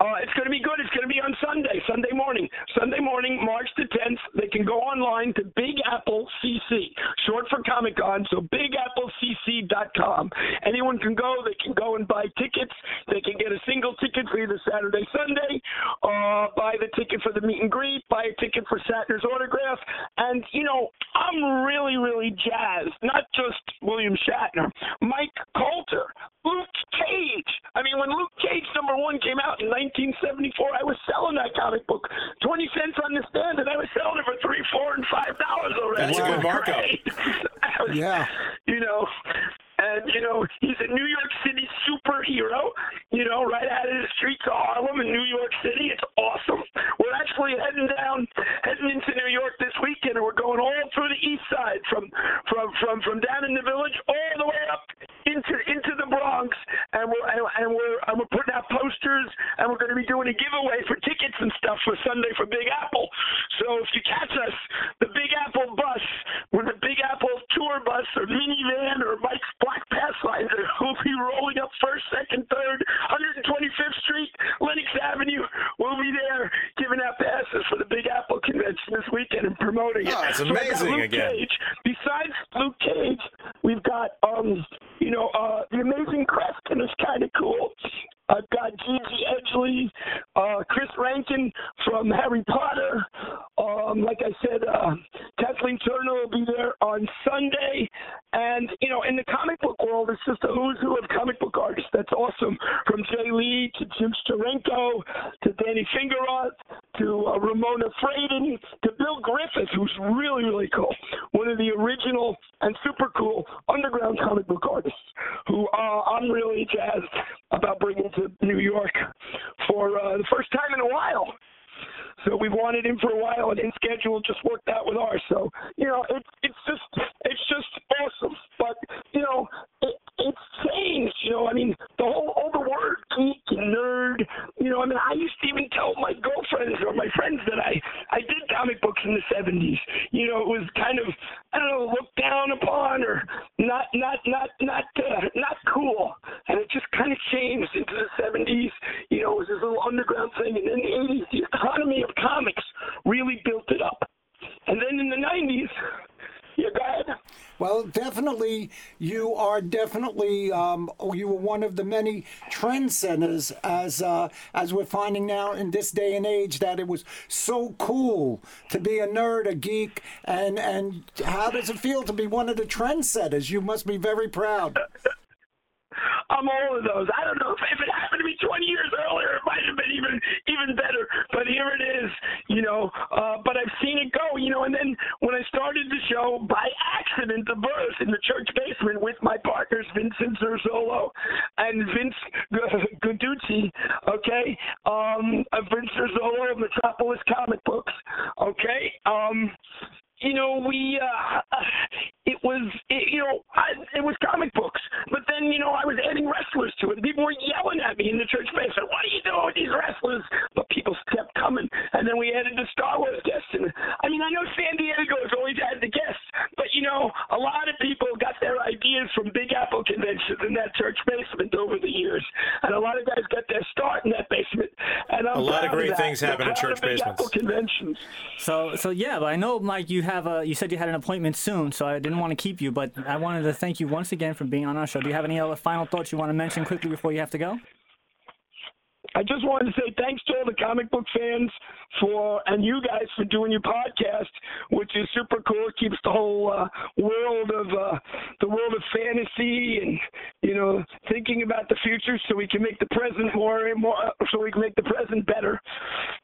Speaker 11: Uh, it's going to be good. It's going to be on Sunday, Sunday morning. Sunday morning, March the 10th, they can go online to Big Apple CC, short for Comic Con, so bigapplecc.com. Anyone can go. They can go and buy tickets. They can get a single ticket for either Saturday, Sunday, uh, buy the ticket for the meet and greet, buy a ticket for Satner's autograph. And, you know, I'm really, really jazzed. Not just William Shatner, Mike Coulter, Luke Cage. I mean, when Luke Cage number one came out in 1974, I was selling that comic book, 20 cents on the stand, and I was selling it for three, four, and five dollars already.
Speaker 3: That's a
Speaker 11: It
Speaker 3: good
Speaker 11: was
Speaker 3: markup.
Speaker 11: great. I was-
Speaker 2: Yeah.
Speaker 11: you know. And you know he's a New York City superhero, you know, right out of the streets of Harlem in New York City. It's awesome. We're actually heading down, heading into New York this weekend, and we're going all through the East Side from from from from down in the Village all the way up into into the Bronx, and we're and, and we're and we're putting out posters, and we're going to be doing a giveaway for tickets and stuff for Sunday for Big Apple. So if you catch us, the Big Apple bus with the Big Apple tour bus or minivan or Mike's Black Pass Lines will be rolling up first, second, third, 125th Street, Lenox Avenue. We'll be there giving out passes Texas for the Big Apple convention this weekend and promoting it.
Speaker 3: Oh, that's
Speaker 11: So I've got
Speaker 3: amazing
Speaker 11: Luke
Speaker 3: again.
Speaker 11: Cage. Besides Luke Cage, we've got um, you know, uh, the amazing Creston is kind of cool. I've got Gigi Edgley, uh, Chris Rankin from Harry Potter. Um, like I said, uh, Kathleen Turner will be there on Sunday. And, you know, in the comic book world, it's just a who's who of comic book artists. That's awesome. From Jay Lee to Jim Sterenko to Danny Fingeroth to uh, Ramona Fraden to Bill Griffith, who's really, really cool. One of the original and super cool underground comic book artists who uh, I'm really jazzed about bringing to New York for uh, the first time in a while. So we wanted him for a while, and his schedule just worked out with ours. So you know, it, it's just it's just awesome. But you know, it, it's changed. You know, I mean, the whole all the word geek and nerd. You know, I mean, I used to even tell my girlfriends or my friends that I I did comic books in the seventies. You know, it was kind of I don't know looked down upon or not not not not uh, not cool. And it just kind of changed into the seventies. You know, it was this little underground thing, and in the eighties, the economy of comics really built it up. And then in the nineties, you got
Speaker 2: Well, definitely, you are definitely um, oh, you were one of the many trendsetters as uh, as we're finding now in this day and age that it was so cool to be a nerd, a geek, and and how does it feel to be one of the trendsetters? You must be very proud.
Speaker 11: I'm all of those. I don't know if, if it happened to me 20 years earlier, it might have been even even better. But here it is, you know. Uh, but I've seen it go, you know. And then when I started the show by accident, the birth in the church basement with my partners Vincent Zerzolo and Vince G- Guducci, okay, um, uh, Vince Zerzolo of Metropolis Comic Books, okay. Um, you know, we uh, it was it, you know I, it was comic books, but then you know I was adding wrestlers to it. People were yelling at me in the church basement, "What are you doing with these wrestlers?" But people kept coming, and then we added the Star Wars guests. And I mean, I know San Diego has always had the guests, but you know, a lot of people got their ideas from Big Apple conventions in that church basement over the years, and a lot of guys got their start in that basement. And
Speaker 3: A
Speaker 11: I'm
Speaker 3: lot of
Speaker 11: proud
Speaker 3: great
Speaker 11: that.
Speaker 3: things
Speaker 11: I'm
Speaker 3: happen in
Speaker 11: proud
Speaker 3: church
Speaker 11: of Big
Speaker 3: basements.
Speaker 11: Apple conventions.
Speaker 1: So, so yeah, but I know, Mike, you have a. You said you had an appointment soon, so I didn't want to keep you, but I wanted to thank you once again for being on our show. Do you have any other final thoughts you want to mention quickly before you have to go?
Speaker 11: I just wanted to say thanks to all the comic book fans for and you guys for doing your podcast, which is super cool. It keeps the whole uh, world of uh, the world of fantasy and you know thinking about the future, so we can make the present more, more so we can make the present better.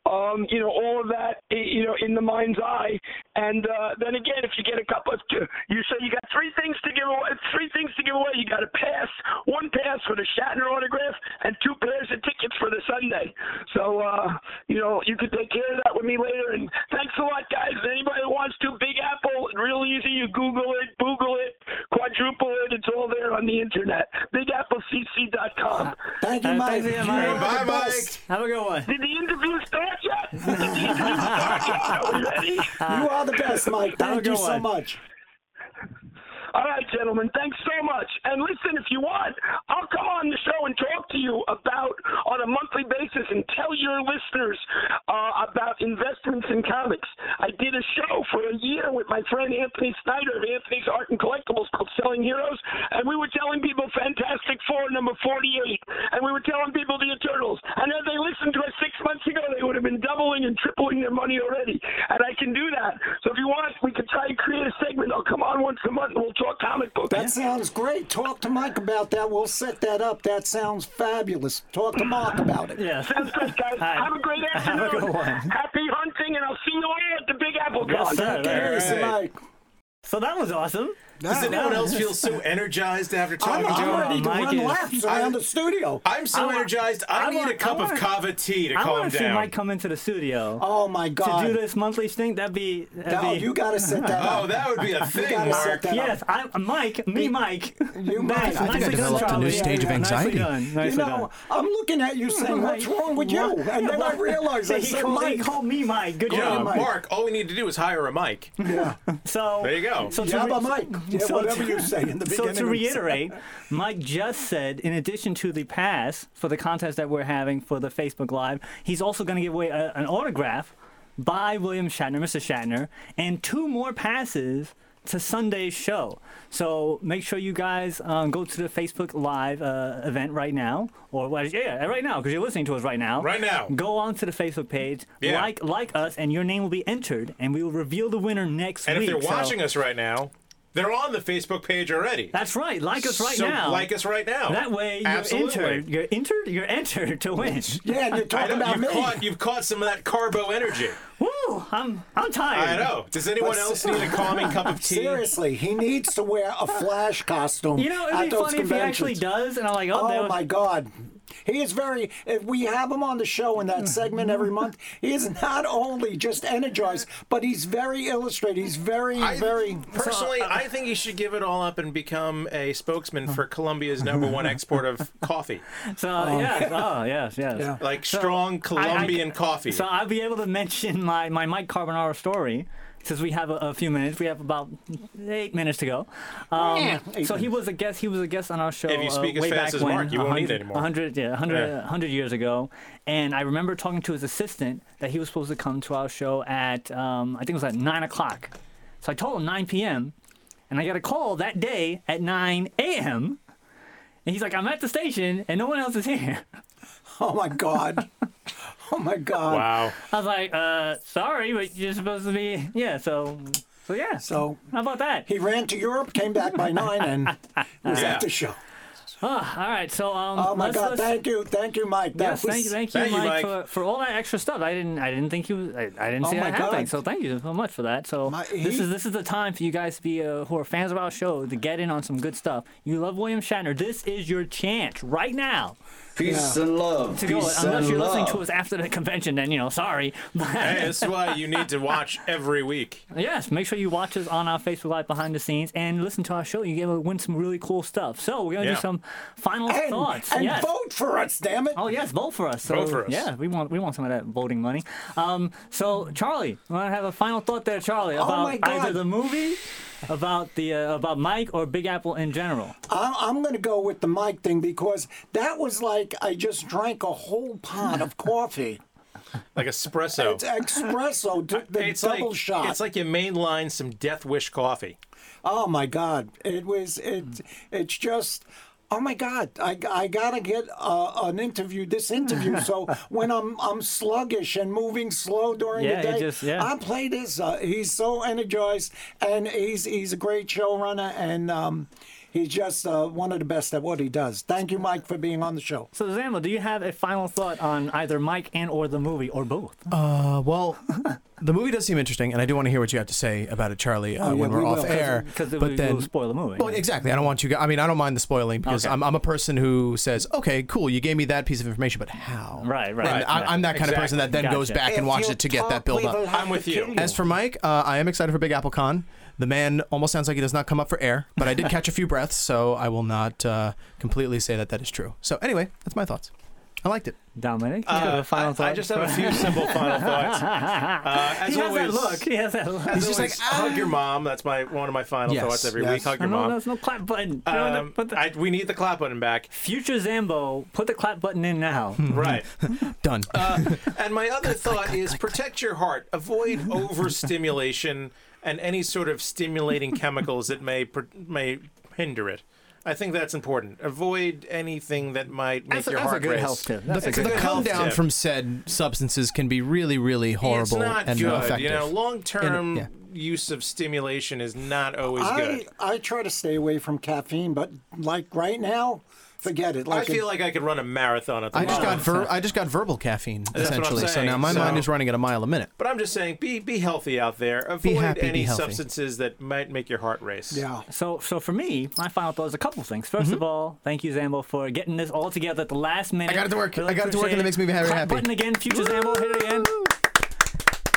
Speaker 11: Um, you know all of that i- you know in the mind's eye. And uh, then again, if you get a couple, of, you say you got three things to give away. Three things to give away. You got a pass, one pass for the Shatner autograph, and two pairs of tickets for the Sunday. So uh, you know you can take care of that with me later. And thanks a lot, guys. Anybody that wants to, Big Apple, real easy. You Google it, Google it, quadruple it. It's all there on the internet. BigAppleCC.com.
Speaker 2: Thank
Speaker 1: you, Uh, Mike. thanks again, You Mike. are the Bye, Mike. best. Have a good one.
Speaker 11: Did the interview start yet? Did the interview start yet? Are we ready?
Speaker 2: You are the best, Mike.
Speaker 11: Have a
Speaker 2: Thank you
Speaker 11: good
Speaker 2: so
Speaker 11: one.
Speaker 2: much.
Speaker 11: All right, gentlemen, thanks so much. And listen, if you want, I'll come on the show and talk to you about on a monthly basis and tell your listeners uh, about investments in comics. I did a show for a year with my friend Anthony Snyder of Anthony's Art and Collectibles called Selling Heroes, and we were telling people Fantastic Four number 48, and we were telling people the Eternals. And if they listened to us six months ago, they would have been doubling and tripling their money already. And I can do that. So if you want, we can try and create a segment. I'll come on once a month and we'll talk comic books.
Speaker 2: That sounds great. Talk to Mike about that. We'll set that up. That sounds fabulous. Talk to Mark about it.
Speaker 1: Yeah.
Speaker 11: Sounds great, guys. Have a great
Speaker 2: Have
Speaker 11: afternoon.
Speaker 2: a good one.
Speaker 11: Happy hunting, and I'll see you all at the Big Apple
Speaker 1: Yes,
Speaker 11: Con.
Speaker 1: sir. Yes, All right. So that was awesome.
Speaker 3: Does anyone else feel so energized after talking
Speaker 1: I'm
Speaker 3: to him?
Speaker 1: ready to Mike run is- laps around
Speaker 2: the studio.
Speaker 3: I'm so
Speaker 1: I-
Speaker 3: energized. I,
Speaker 1: I
Speaker 3: need
Speaker 1: want-
Speaker 3: a cup
Speaker 1: I
Speaker 3: of
Speaker 1: want-
Speaker 3: kava tea to
Speaker 1: I
Speaker 3: calm
Speaker 1: want to see
Speaker 3: down.
Speaker 1: Mike come into the studio.
Speaker 2: Oh my God.
Speaker 1: To do this monthly thing, that'd be. That'd
Speaker 2: No,
Speaker 1: be...
Speaker 2: you gotta set that up. Oh, that would be a You thing, gotta set Mark. that up.
Speaker 1: yes, I, uh, Mike, me, Mike.
Speaker 2: You
Speaker 1: Nice,
Speaker 2: might.
Speaker 1: nicely done, Charlie. Nicely done, nicely
Speaker 2: you know,
Speaker 1: done.
Speaker 2: I'm looking at you saying, "What's wrong with you?" And then I realize I
Speaker 1: he
Speaker 2: said,
Speaker 1: called, He
Speaker 2: "Mike."
Speaker 1: called me Mike. Good
Speaker 3: Yeah,
Speaker 1: job, Mike.
Speaker 3: Mark, all we need to do is hire a mic.
Speaker 2: Yeah.
Speaker 1: So
Speaker 3: There you go.
Speaker 1: So to
Speaker 3: Yeah,
Speaker 1: re-
Speaker 3: but Mike, yeah, whatever you say in the
Speaker 1: So
Speaker 3: beginning
Speaker 1: to
Speaker 3: of-
Speaker 1: reiterate, Mike just said, in addition to the pass for the contest that we're having for the Facebook Live, he's also going to give away a, an autograph by William Shatner, Mr. Shatner, and two more passes to Sunday's show. So make sure you guys um, go to the Facebook Live uh, event right now, or well, yeah, right now because you're listening to us right now.
Speaker 3: Right now.
Speaker 1: Go onto the Facebook page,
Speaker 3: Yeah.
Speaker 1: like like us, and your name will be entered, and we will reveal the winner next
Speaker 3: And if
Speaker 1: week.
Speaker 3: they're
Speaker 1: So-
Speaker 3: watching us right now, they're on the Facebook page already.
Speaker 1: That's right. Like us right
Speaker 3: So
Speaker 1: now.
Speaker 3: Like us right now.
Speaker 1: That way you're
Speaker 3: Absolutely.
Speaker 1: entered. You're entered. You're entered to win.
Speaker 3: I know, you've Caught, you've caught some of that carbo energy.
Speaker 1: Woo! I'm I'm tired.
Speaker 3: I know. Does anyone
Speaker 2: But
Speaker 3: else
Speaker 2: se-
Speaker 3: need a calming cup of tea?
Speaker 2: Seriously, he needs to wear a flash costume.
Speaker 3: You know, it'd
Speaker 2: at
Speaker 3: be
Speaker 2: those
Speaker 3: funny if he actually
Speaker 2: conventions.
Speaker 1: does, and I'm like, oh, that was-
Speaker 2: my god. He is very. If we have him on the show in that segment every month, he is not only just energized, but he's very illustrated. He's very, very.
Speaker 3: Personally,
Speaker 2: uh,
Speaker 3: I think he should give it all up and become a spokesman for Colombia's number one export of coffee.
Speaker 1: So yes, oh yes, yes.
Speaker 3: Yeah. Like strong Colombian coffee.
Speaker 1: So
Speaker 2: uh,
Speaker 1: I'll be able to mention my my Mike Carbonaro story. Since we have a, a few minutes, we have about eight minutes to go. Um,
Speaker 3: Yeah, eight
Speaker 1: so he was a guest. He was a guest on our show.
Speaker 3: If you
Speaker 1: uh,
Speaker 3: speak as
Speaker 1: way
Speaker 3: fast
Speaker 1: back
Speaker 3: as
Speaker 1: when,
Speaker 3: Mark, you won't
Speaker 1: 100
Speaker 3: need it anymore.
Speaker 1: 100, yeah, 100,
Speaker 3: Yeah.
Speaker 1: 100 years ago, and I remember talking to his assistant that he was supposed to come to our show at um, I think it was at nine o'clock. So I told him 9 p.m. and I got a call that day at 9 a.m. And he's like, I'm at the station and no one else is here.
Speaker 2: Oh my God. oh my God.
Speaker 3: Wow.
Speaker 1: I was like, uh, sorry, but you're supposed to be. Yeah, so. So yeah.
Speaker 2: So
Speaker 1: how about that?
Speaker 2: He ran to Europe, came back by nine, and was
Speaker 1: Yeah.
Speaker 2: at the show.
Speaker 1: Ah, all right, so um.
Speaker 2: Oh my
Speaker 1: let's-
Speaker 2: God!
Speaker 1: let's-
Speaker 2: Thank you, thank you, Mike. That
Speaker 1: Yes, thank you,
Speaker 2: was-
Speaker 1: thank you, Mike, for, for all that extra stuff. I didn't, I didn't think you, was- I, I didn't
Speaker 2: Oh
Speaker 1: see
Speaker 2: my
Speaker 1: that happening.
Speaker 2: God.
Speaker 1: So thank you so much for that. So this
Speaker 2: he-
Speaker 1: is this is the time for you guys to be uh, who are fans of our show to get in on some good stuff. You love William Shatner. This is your chance right now.
Speaker 13: Peace and love.
Speaker 1: To go,
Speaker 13: Peace
Speaker 1: unless
Speaker 13: and
Speaker 1: you're listening to
Speaker 13: love.
Speaker 1: us after the convention, then you know, sorry.
Speaker 3: hey, this is why you need to watch every week.
Speaker 1: Yes, make sure you watch us on our Facebook Live behind the scenes and listen to our show. You get to win some really cool stuff. So we're gonna
Speaker 3: Yeah.
Speaker 1: do some final
Speaker 2: And-
Speaker 1: thoughts.
Speaker 2: and
Speaker 1: yes.
Speaker 2: vote for us, damn it!
Speaker 1: Oh yes, vote for us. So,
Speaker 2: Vote for us.
Speaker 1: Yeah, we want we want some of that voting money. Um, so Charlie, I want to have a final thought there, Charlie,
Speaker 2: Oh,
Speaker 1: about
Speaker 2: my
Speaker 1: either
Speaker 2: God.
Speaker 1: the movie, about the uh, about Mike or Big Apple in general.
Speaker 2: I'm, I'm going to go with the Mike thing because that was like I just drank a whole pot of coffee.
Speaker 3: Like espresso.
Speaker 2: It's espresso, d- the
Speaker 3: Oh. It's
Speaker 2: double
Speaker 3: like,
Speaker 2: shot.
Speaker 3: It's like you mainline some Death Wish coffee.
Speaker 2: Oh my God! It was it. It's just. Oh my God! I, I gotta get uh, an interview. This interview. So when I'm I'm sluggish and moving slow during
Speaker 1: Yeah, it
Speaker 2: the day,
Speaker 1: just- yeah.
Speaker 2: I play this. Uh, he's so energized, and he's he's a great showrunner, and um, he's just uh, one of the best at what he does. Thank you, Mike, for being on the show.
Speaker 1: So Zamo, do you have a final thought on either Mike and or the movie or both?
Speaker 4: Uh, well, the movie does seem interesting, and I do want to hear what you have to say about it, Charlie, uh,
Speaker 1: Oh, yeah,
Speaker 4: when
Speaker 1: we
Speaker 4: we're
Speaker 1: will,
Speaker 4: off
Speaker 1: 'cause-
Speaker 4: air.
Speaker 1: 'cause it
Speaker 4: but
Speaker 1: will-
Speaker 4: then,
Speaker 1: will spoil the movie.
Speaker 4: Well, exactly. I don't want you. guys I mean, I don't mind the spoiling because
Speaker 1: Okay.
Speaker 4: I'm, I'm a person who says, okay, cool, you gave me that piece of information, but how?
Speaker 1: Right, right.
Speaker 4: And
Speaker 1: right.
Speaker 4: I, I'm that kind of person that then goes
Speaker 1: Gotcha.
Speaker 4: back and watches it to get that build up.
Speaker 3: I'm with you.
Speaker 4: As for Mike, uh, I am excited for Big Apple Con. The man almost sounds like he does not come up for air, but I did catch a few breaths, so I will not uh, completely say that that is true. So anyway, that's my thoughts. I liked it.
Speaker 1: Dominic,
Speaker 4: you got
Speaker 3: Uh,
Speaker 4: a final
Speaker 3: I, I
Speaker 4: thought?
Speaker 3: just have a few simple final thoughts. Uh, as
Speaker 1: He has that
Speaker 3: always,
Speaker 1: look. He has that look.
Speaker 3: as
Speaker 1: He's just
Speaker 3: always,
Speaker 1: like, "Ah."
Speaker 3: hug your mom. That's my one of my final
Speaker 1: Yes,
Speaker 3: thoughts every
Speaker 1: yes.
Speaker 3: week. Hug
Speaker 1: I
Speaker 3: your
Speaker 1: know,
Speaker 3: mom.
Speaker 1: there's no clap button. You know,
Speaker 3: Um, I, we need the clap button back.
Speaker 1: Future Zambo, put the clap button in now.
Speaker 2: Hmm.
Speaker 3: Right.
Speaker 4: Done.
Speaker 3: Uh, and my other thought is protect your heart. Avoid overstimulation and any sort of stimulating chemicals that may pr- may hinder it. I think that's important. Avoid anything that might make
Speaker 1: That's a-
Speaker 3: your
Speaker 1: that's a
Speaker 3: heart
Speaker 1: good
Speaker 3: race.
Speaker 1: health tip.
Speaker 4: The,
Speaker 3: It's a
Speaker 4: the
Speaker 3: good health
Speaker 4: come down
Speaker 3: tip.
Speaker 4: from said substances can be really, really horrible
Speaker 3: It's not
Speaker 4: and
Speaker 3: good.
Speaker 4: effective.
Speaker 3: You know, long term
Speaker 4: And- yeah.
Speaker 3: use of stimulation is not always
Speaker 2: I
Speaker 3: good.
Speaker 2: I try to stay away from caffeine, but like right now, forget it.
Speaker 3: I feel like I could run a marathon at the
Speaker 4: I just got
Speaker 3: moment.
Speaker 4: ver- I just got verbal caffeine
Speaker 3: That's what I'm
Speaker 4: essentially. So
Speaker 3: saying.
Speaker 4: now my
Speaker 3: So-
Speaker 4: mind is running at a mile a minute.
Speaker 3: But I'm just saying, be be healthy out there.
Speaker 4: Be
Speaker 3: Avoid
Speaker 4: happy, be
Speaker 3: any
Speaker 4: healthy.
Speaker 3: substances that might make your heart race.
Speaker 1: So, so for me, my final thought is a couple things. 1st
Speaker 2: Mm-hmm.
Speaker 1: of all, thank you, Zambo, for getting this all together at the last minute.
Speaker 4: got it to work.
Speaker 1: Really
Speaker 4: I got it to work, and it
Speaker 1: appreciate
Speaker 4: makes me very
Speaker 1: Clap
Speaker 4: happy.
Speaker 1: Button again, future Zambo, hit it again.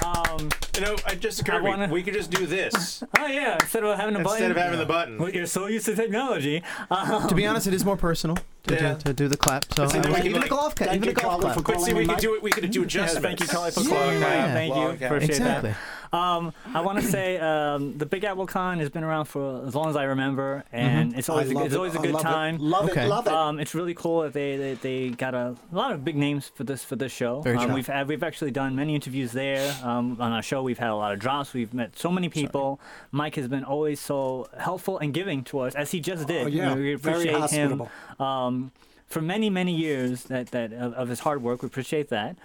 Speaker 1: Um,
Speaker 3: you know, I just occurred to me, we could just do this.
Speaker 1: oh yeah, instead of having a button.
Speaker 3: Instead of having the button.
Speaker 1: Well, you're so used to technology. Um,
Speaker 4: to be honest, it is more personal to,
Speaker 1: Yeah.
Speaker 4: do, to do the clap. So
Speaker 1: But see,
Speaker 4: Oh, I
Speaker 1: then
Speaker 4: will-
Speaker 1: we can,
Speaker 4: even a
Speaker 1: like,
Speaker 4: golf clap,
Speaker 1: thank
Speaker 4: even a
Speaker 1: you, Carly,
Speaker 4: golf clap.
Speaker 1: for
Speaker 3: But see, we could do it. We could do
Speaker 1: Yes,
Speaker 3: adjustments.
Speaker 1: thank you, Carly, for
Speaker 4: Yeah.
Speaker 1: calling.
Speaker 4: Yeah.
Speaker 1: Thank you.
Speaker 4: Log out.
Speaker 1: Appreciate
Speaker 4: Exactly.
Speaker 1: that. Um, I want to say um, the Big Apple Con has been around for as long as I remember, and
Speaker 2: Mhm.
Speaker 1: it's always
Speaker 2: I
Speaker 1: a,
Speaker 2: love
Speaker 1: it's
Speaker 2: it.
Speaker 1: always a
Speaker 2: I
Speaker 1: good
Speaker 2: love it.
Speaker 1: time.
Speaker 2: Love it, Okay. love it.
Speaker 1: Um, it's really cool that they, they they got a lot of big names for this for this show.
Speaker 4: Very
Speaker 1: um,
Speaker 4: true.
Speaker 1: we've had, we've actually done many interviews there um, on our show. We've had a lot of drops. We've met so many people. Mike has been always so helpful and giving to us, as he just did.
Speaker 2: Oh, yeah.
Speaker 1: we
Speaker 2: Very
Speaker 1: appreciate him
Speaker 2: hospitable.
Speaker 1: um, for many many years that that of, of his hard work. We appreciate that.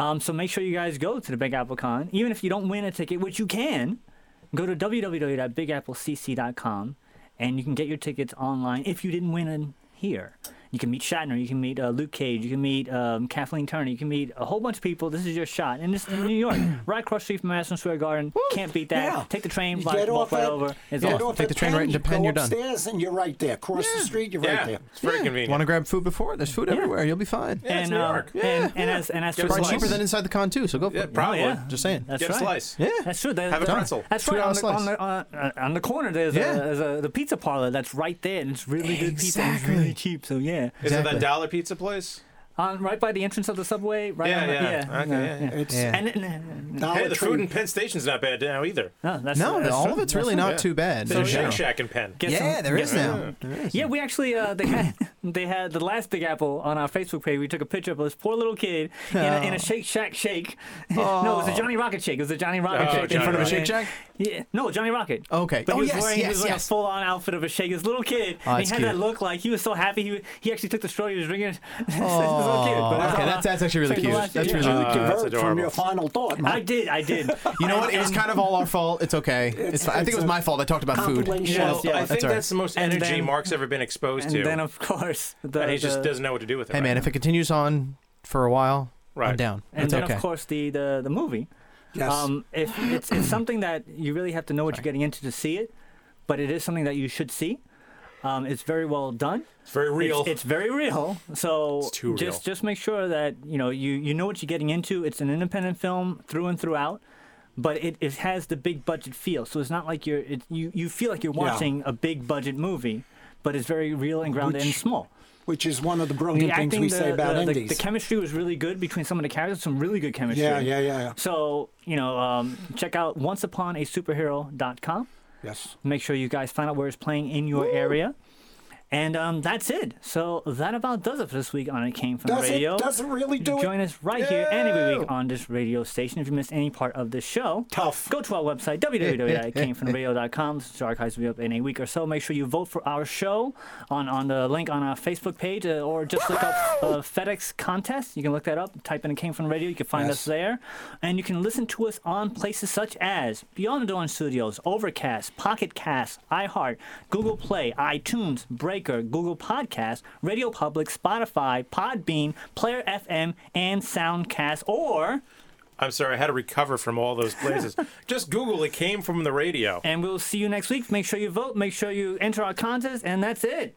Speaker 1: Um, so make sure you guys go to the Big Apple Con, even if you don't win a ticket, which you can. Go to www.bigapplecc.com, and you can get your tickets online. If you didn't win in here, you can meet Shatner, you can meet uh, Luke Cage, you can meet um, Kathleen Turner, you can meet a whole bunch of people. This is your shot, and this in New York, right across the street from Madison Square Garden. Can't beat that.
Speaker 2: Yeah.
Speaker 1: Take the train,
Speaker 2: You
Speaker 1: walk,
Speaker 2: get
Speaker 1: walk
Speaker 2: off
Speaker 1: right
Speaker 2: at-
Speaker 1: over. It's
Speaker 2: get
Speaker 1: awesome.
Speaker 2: off at 10, go upstairs and you're right there. Cross the street, you're right there.
Speaker 3: It's very convenient.
Speaker 4: Want to grab food before? There's food everywhere. You'll be fine.
Speaker 1: Yeah, it's And, New uh, York. and- and as- and as for
Speaker 4: probably
Speaker 1: slice-
Speaker 4: cheaper than inside the con too. So go for
Speaker 1: Yeah,
Speaker 4: it.
Speaker 1: probably.
Speaker 4: Yeah. Just saying.
Speaker 1: That's right.
Speaker 4: Yeah,
Speaker 1: that's true. They-
Speaker 4: Have a
Speaker 1: they-
Speaker 4: pretzel.
Speaker 1: That's right.
Speaker 4: $2
Speaker 1: On the, on,
Speaker 4: slice.
Speaker 1: the, on, uh, on the corner, there's,
Speaker 4: Yeah.
Speaker 1: a, there's a the pizza parlor that's right there, and it's really good pizza. and It's really cheap. So yeah,
Speaker 3: Is it that dollar pizza place?
Speaker 1: on right by the entrance of the subway? Right.
Speaker 3: Yeah,
Speaker 1: on the,
Speaker 3: yeah. Okay, yeah, yeah.
Speaker 1: It's
Speaker 3: It's-
Speaker 1: and, and, and,
Speaker 3: hey, the food in Penn Station's not bad now either.
Speaker 1: No, that's
Speaker 4: No, all of it's really not too bad.
Speaker 3: There's
Speaker 4: So, yeah.
Speaker 3: Shake Shack in Penn.
Speaker 4: Get Yeah, some- there get is some- now.
Speaker 1: Yeah, we actually uh, they had they had the last Big Apple on our Facebook page. We took a picture of this poor little kid in, a, in a Shake Shack shake. no, it was a
Speaker 4: Oh.
Speaker 1: Johnny Rocket shake. It was a Johnny Rocket
Speaker 4: Oh,
Speaker 1: shake
Speaker 4: Johnny Rocket.
Speaker 1: And-
Speaker 4: Shake Shack?
Speaker 1: Yeah, no, Johnny Rocket.
Speaker 4: Okay.
Speaker 1: but
Speaker 4: Oh,
Speaker 1: he was
Speaker 4: yes,
Speaker 1: wearing, he was
Speaker 4: yes,
Speaker 1: wearing
Speaker 4: yes.
Speaker 1: a full on outfit of a shake. This little kid,
Speaker 4: Oh,
Speaker 1: and he
Speaker 4: that's
Speaker 1: had that
Speaker 4: cute.
Speaker 1: look like he was so happy. He he actually took the straw he was drinking. Oh,
Speaker 4: Oh, okay, that's- that's actually really cute. That's really Uh, cute. that's
Speaker 2: From
Speaker 4: adorable.
Speaker 2: your final thought,
Speaker 1: I did, I did.
Speaker 4: You know
Speaker 1: And-
Speaker 4: what? It was
Speaker 1: and-
Speaker 4: kind of all our fault. It's okay. It's, fine. I think it was my fault. I talked about food.
Speaker 3: Well, I think that's,
Speaker 4: all right.
Speaker 3: the most
Speaker 1: And
Speaker 3: energy
Speaker 1: then-
Speaker 3: Mark's ever been exposed
Speaker 1: and
Speaker 3: to.
Speaker 1: then, of course, the-
Speaker 3: and he just
Speaker 1: the-
Speaker 3: doesn't know what to do with it.
Speaker 4: Hey man, if it continues on for a while, I'm down.
Speaker 1: And
Speaker 4: It's
Speaker 1: then,
Speaker 4: okay.
Speaker 1: of course, the the, the movie.
Speaker 4: Yes.
Speaker 1: Um, if it's, it's something that you really have to know what you're getting into to see it, but it is something that you should see. Um, it's very well done. It's
Speaker 3: very real.
Speaker 1: It's, very real. So
Speaker 3: It's too
Speaker 1: just
Speaker 3: real.
Speaker 1: just make sure that you know you you know what you're getting into. It's an independent film through and throughout. But it, it has the big budget feel, so it's not like you're it, you you feel like you're
Speaker 2: Yeah.
Speaker 1: watching a big budget movie, but it's very real and grounded and
Speaker 2: Which-
Speaker 1: small
Speaker 2: Which is one of the
Speaker 1: the
Speaker 2: brilliant things
Speaker 1: acting,
Speaker 2: we
Speaker 1: the,
Speaker 2: say about
Speaker 1: the, the,
Speaker 2: indies.
Speaker 1: the chemistry was really good between some of the characters. Some really good chemistry.
Speaker 2: Yeah, yeah, yeah, yeah.
Speaker 1: So you know, um, check out onceuponasuperhero.com.
Speaker 2: yes.
Speaker 1: Make sure you guys find out where it's playing in your area. And um, that's it. So that about does it for this week on It Came From
Speaker 2: Does it-
Speaker 1: Radio.
Speaker 2: does it really do it?
Speaker 1: Join us right here and every week on this radio station. If you missed any part of this show, tough. Go to our website www.itcamefromradio.com. This archives will be up in a week or so. Make sure you vote for our show on, on the link on our Facebook page, uh, or just look up uh, FedEx contest. You can look that up. Type in "It Came From Radio." You can find
Speaker 2: Yes.
Speaker 1: us there, and you can listen to us on places such as Beyond the Dawn Studios, Overcast, Pocket Cast, iHeart, Google Play, iTunes, Breaker, Google Podcast, Radio Public, Spotify, Podbean, Player FM, and Soundcast. Or
Speaker 3: I'm sorry, I had to recover from all those places. just Google it came from the radio.
Speaker 1: and we'll see you next week. Make sure you vote. Make sure you enter our contest, and that's it.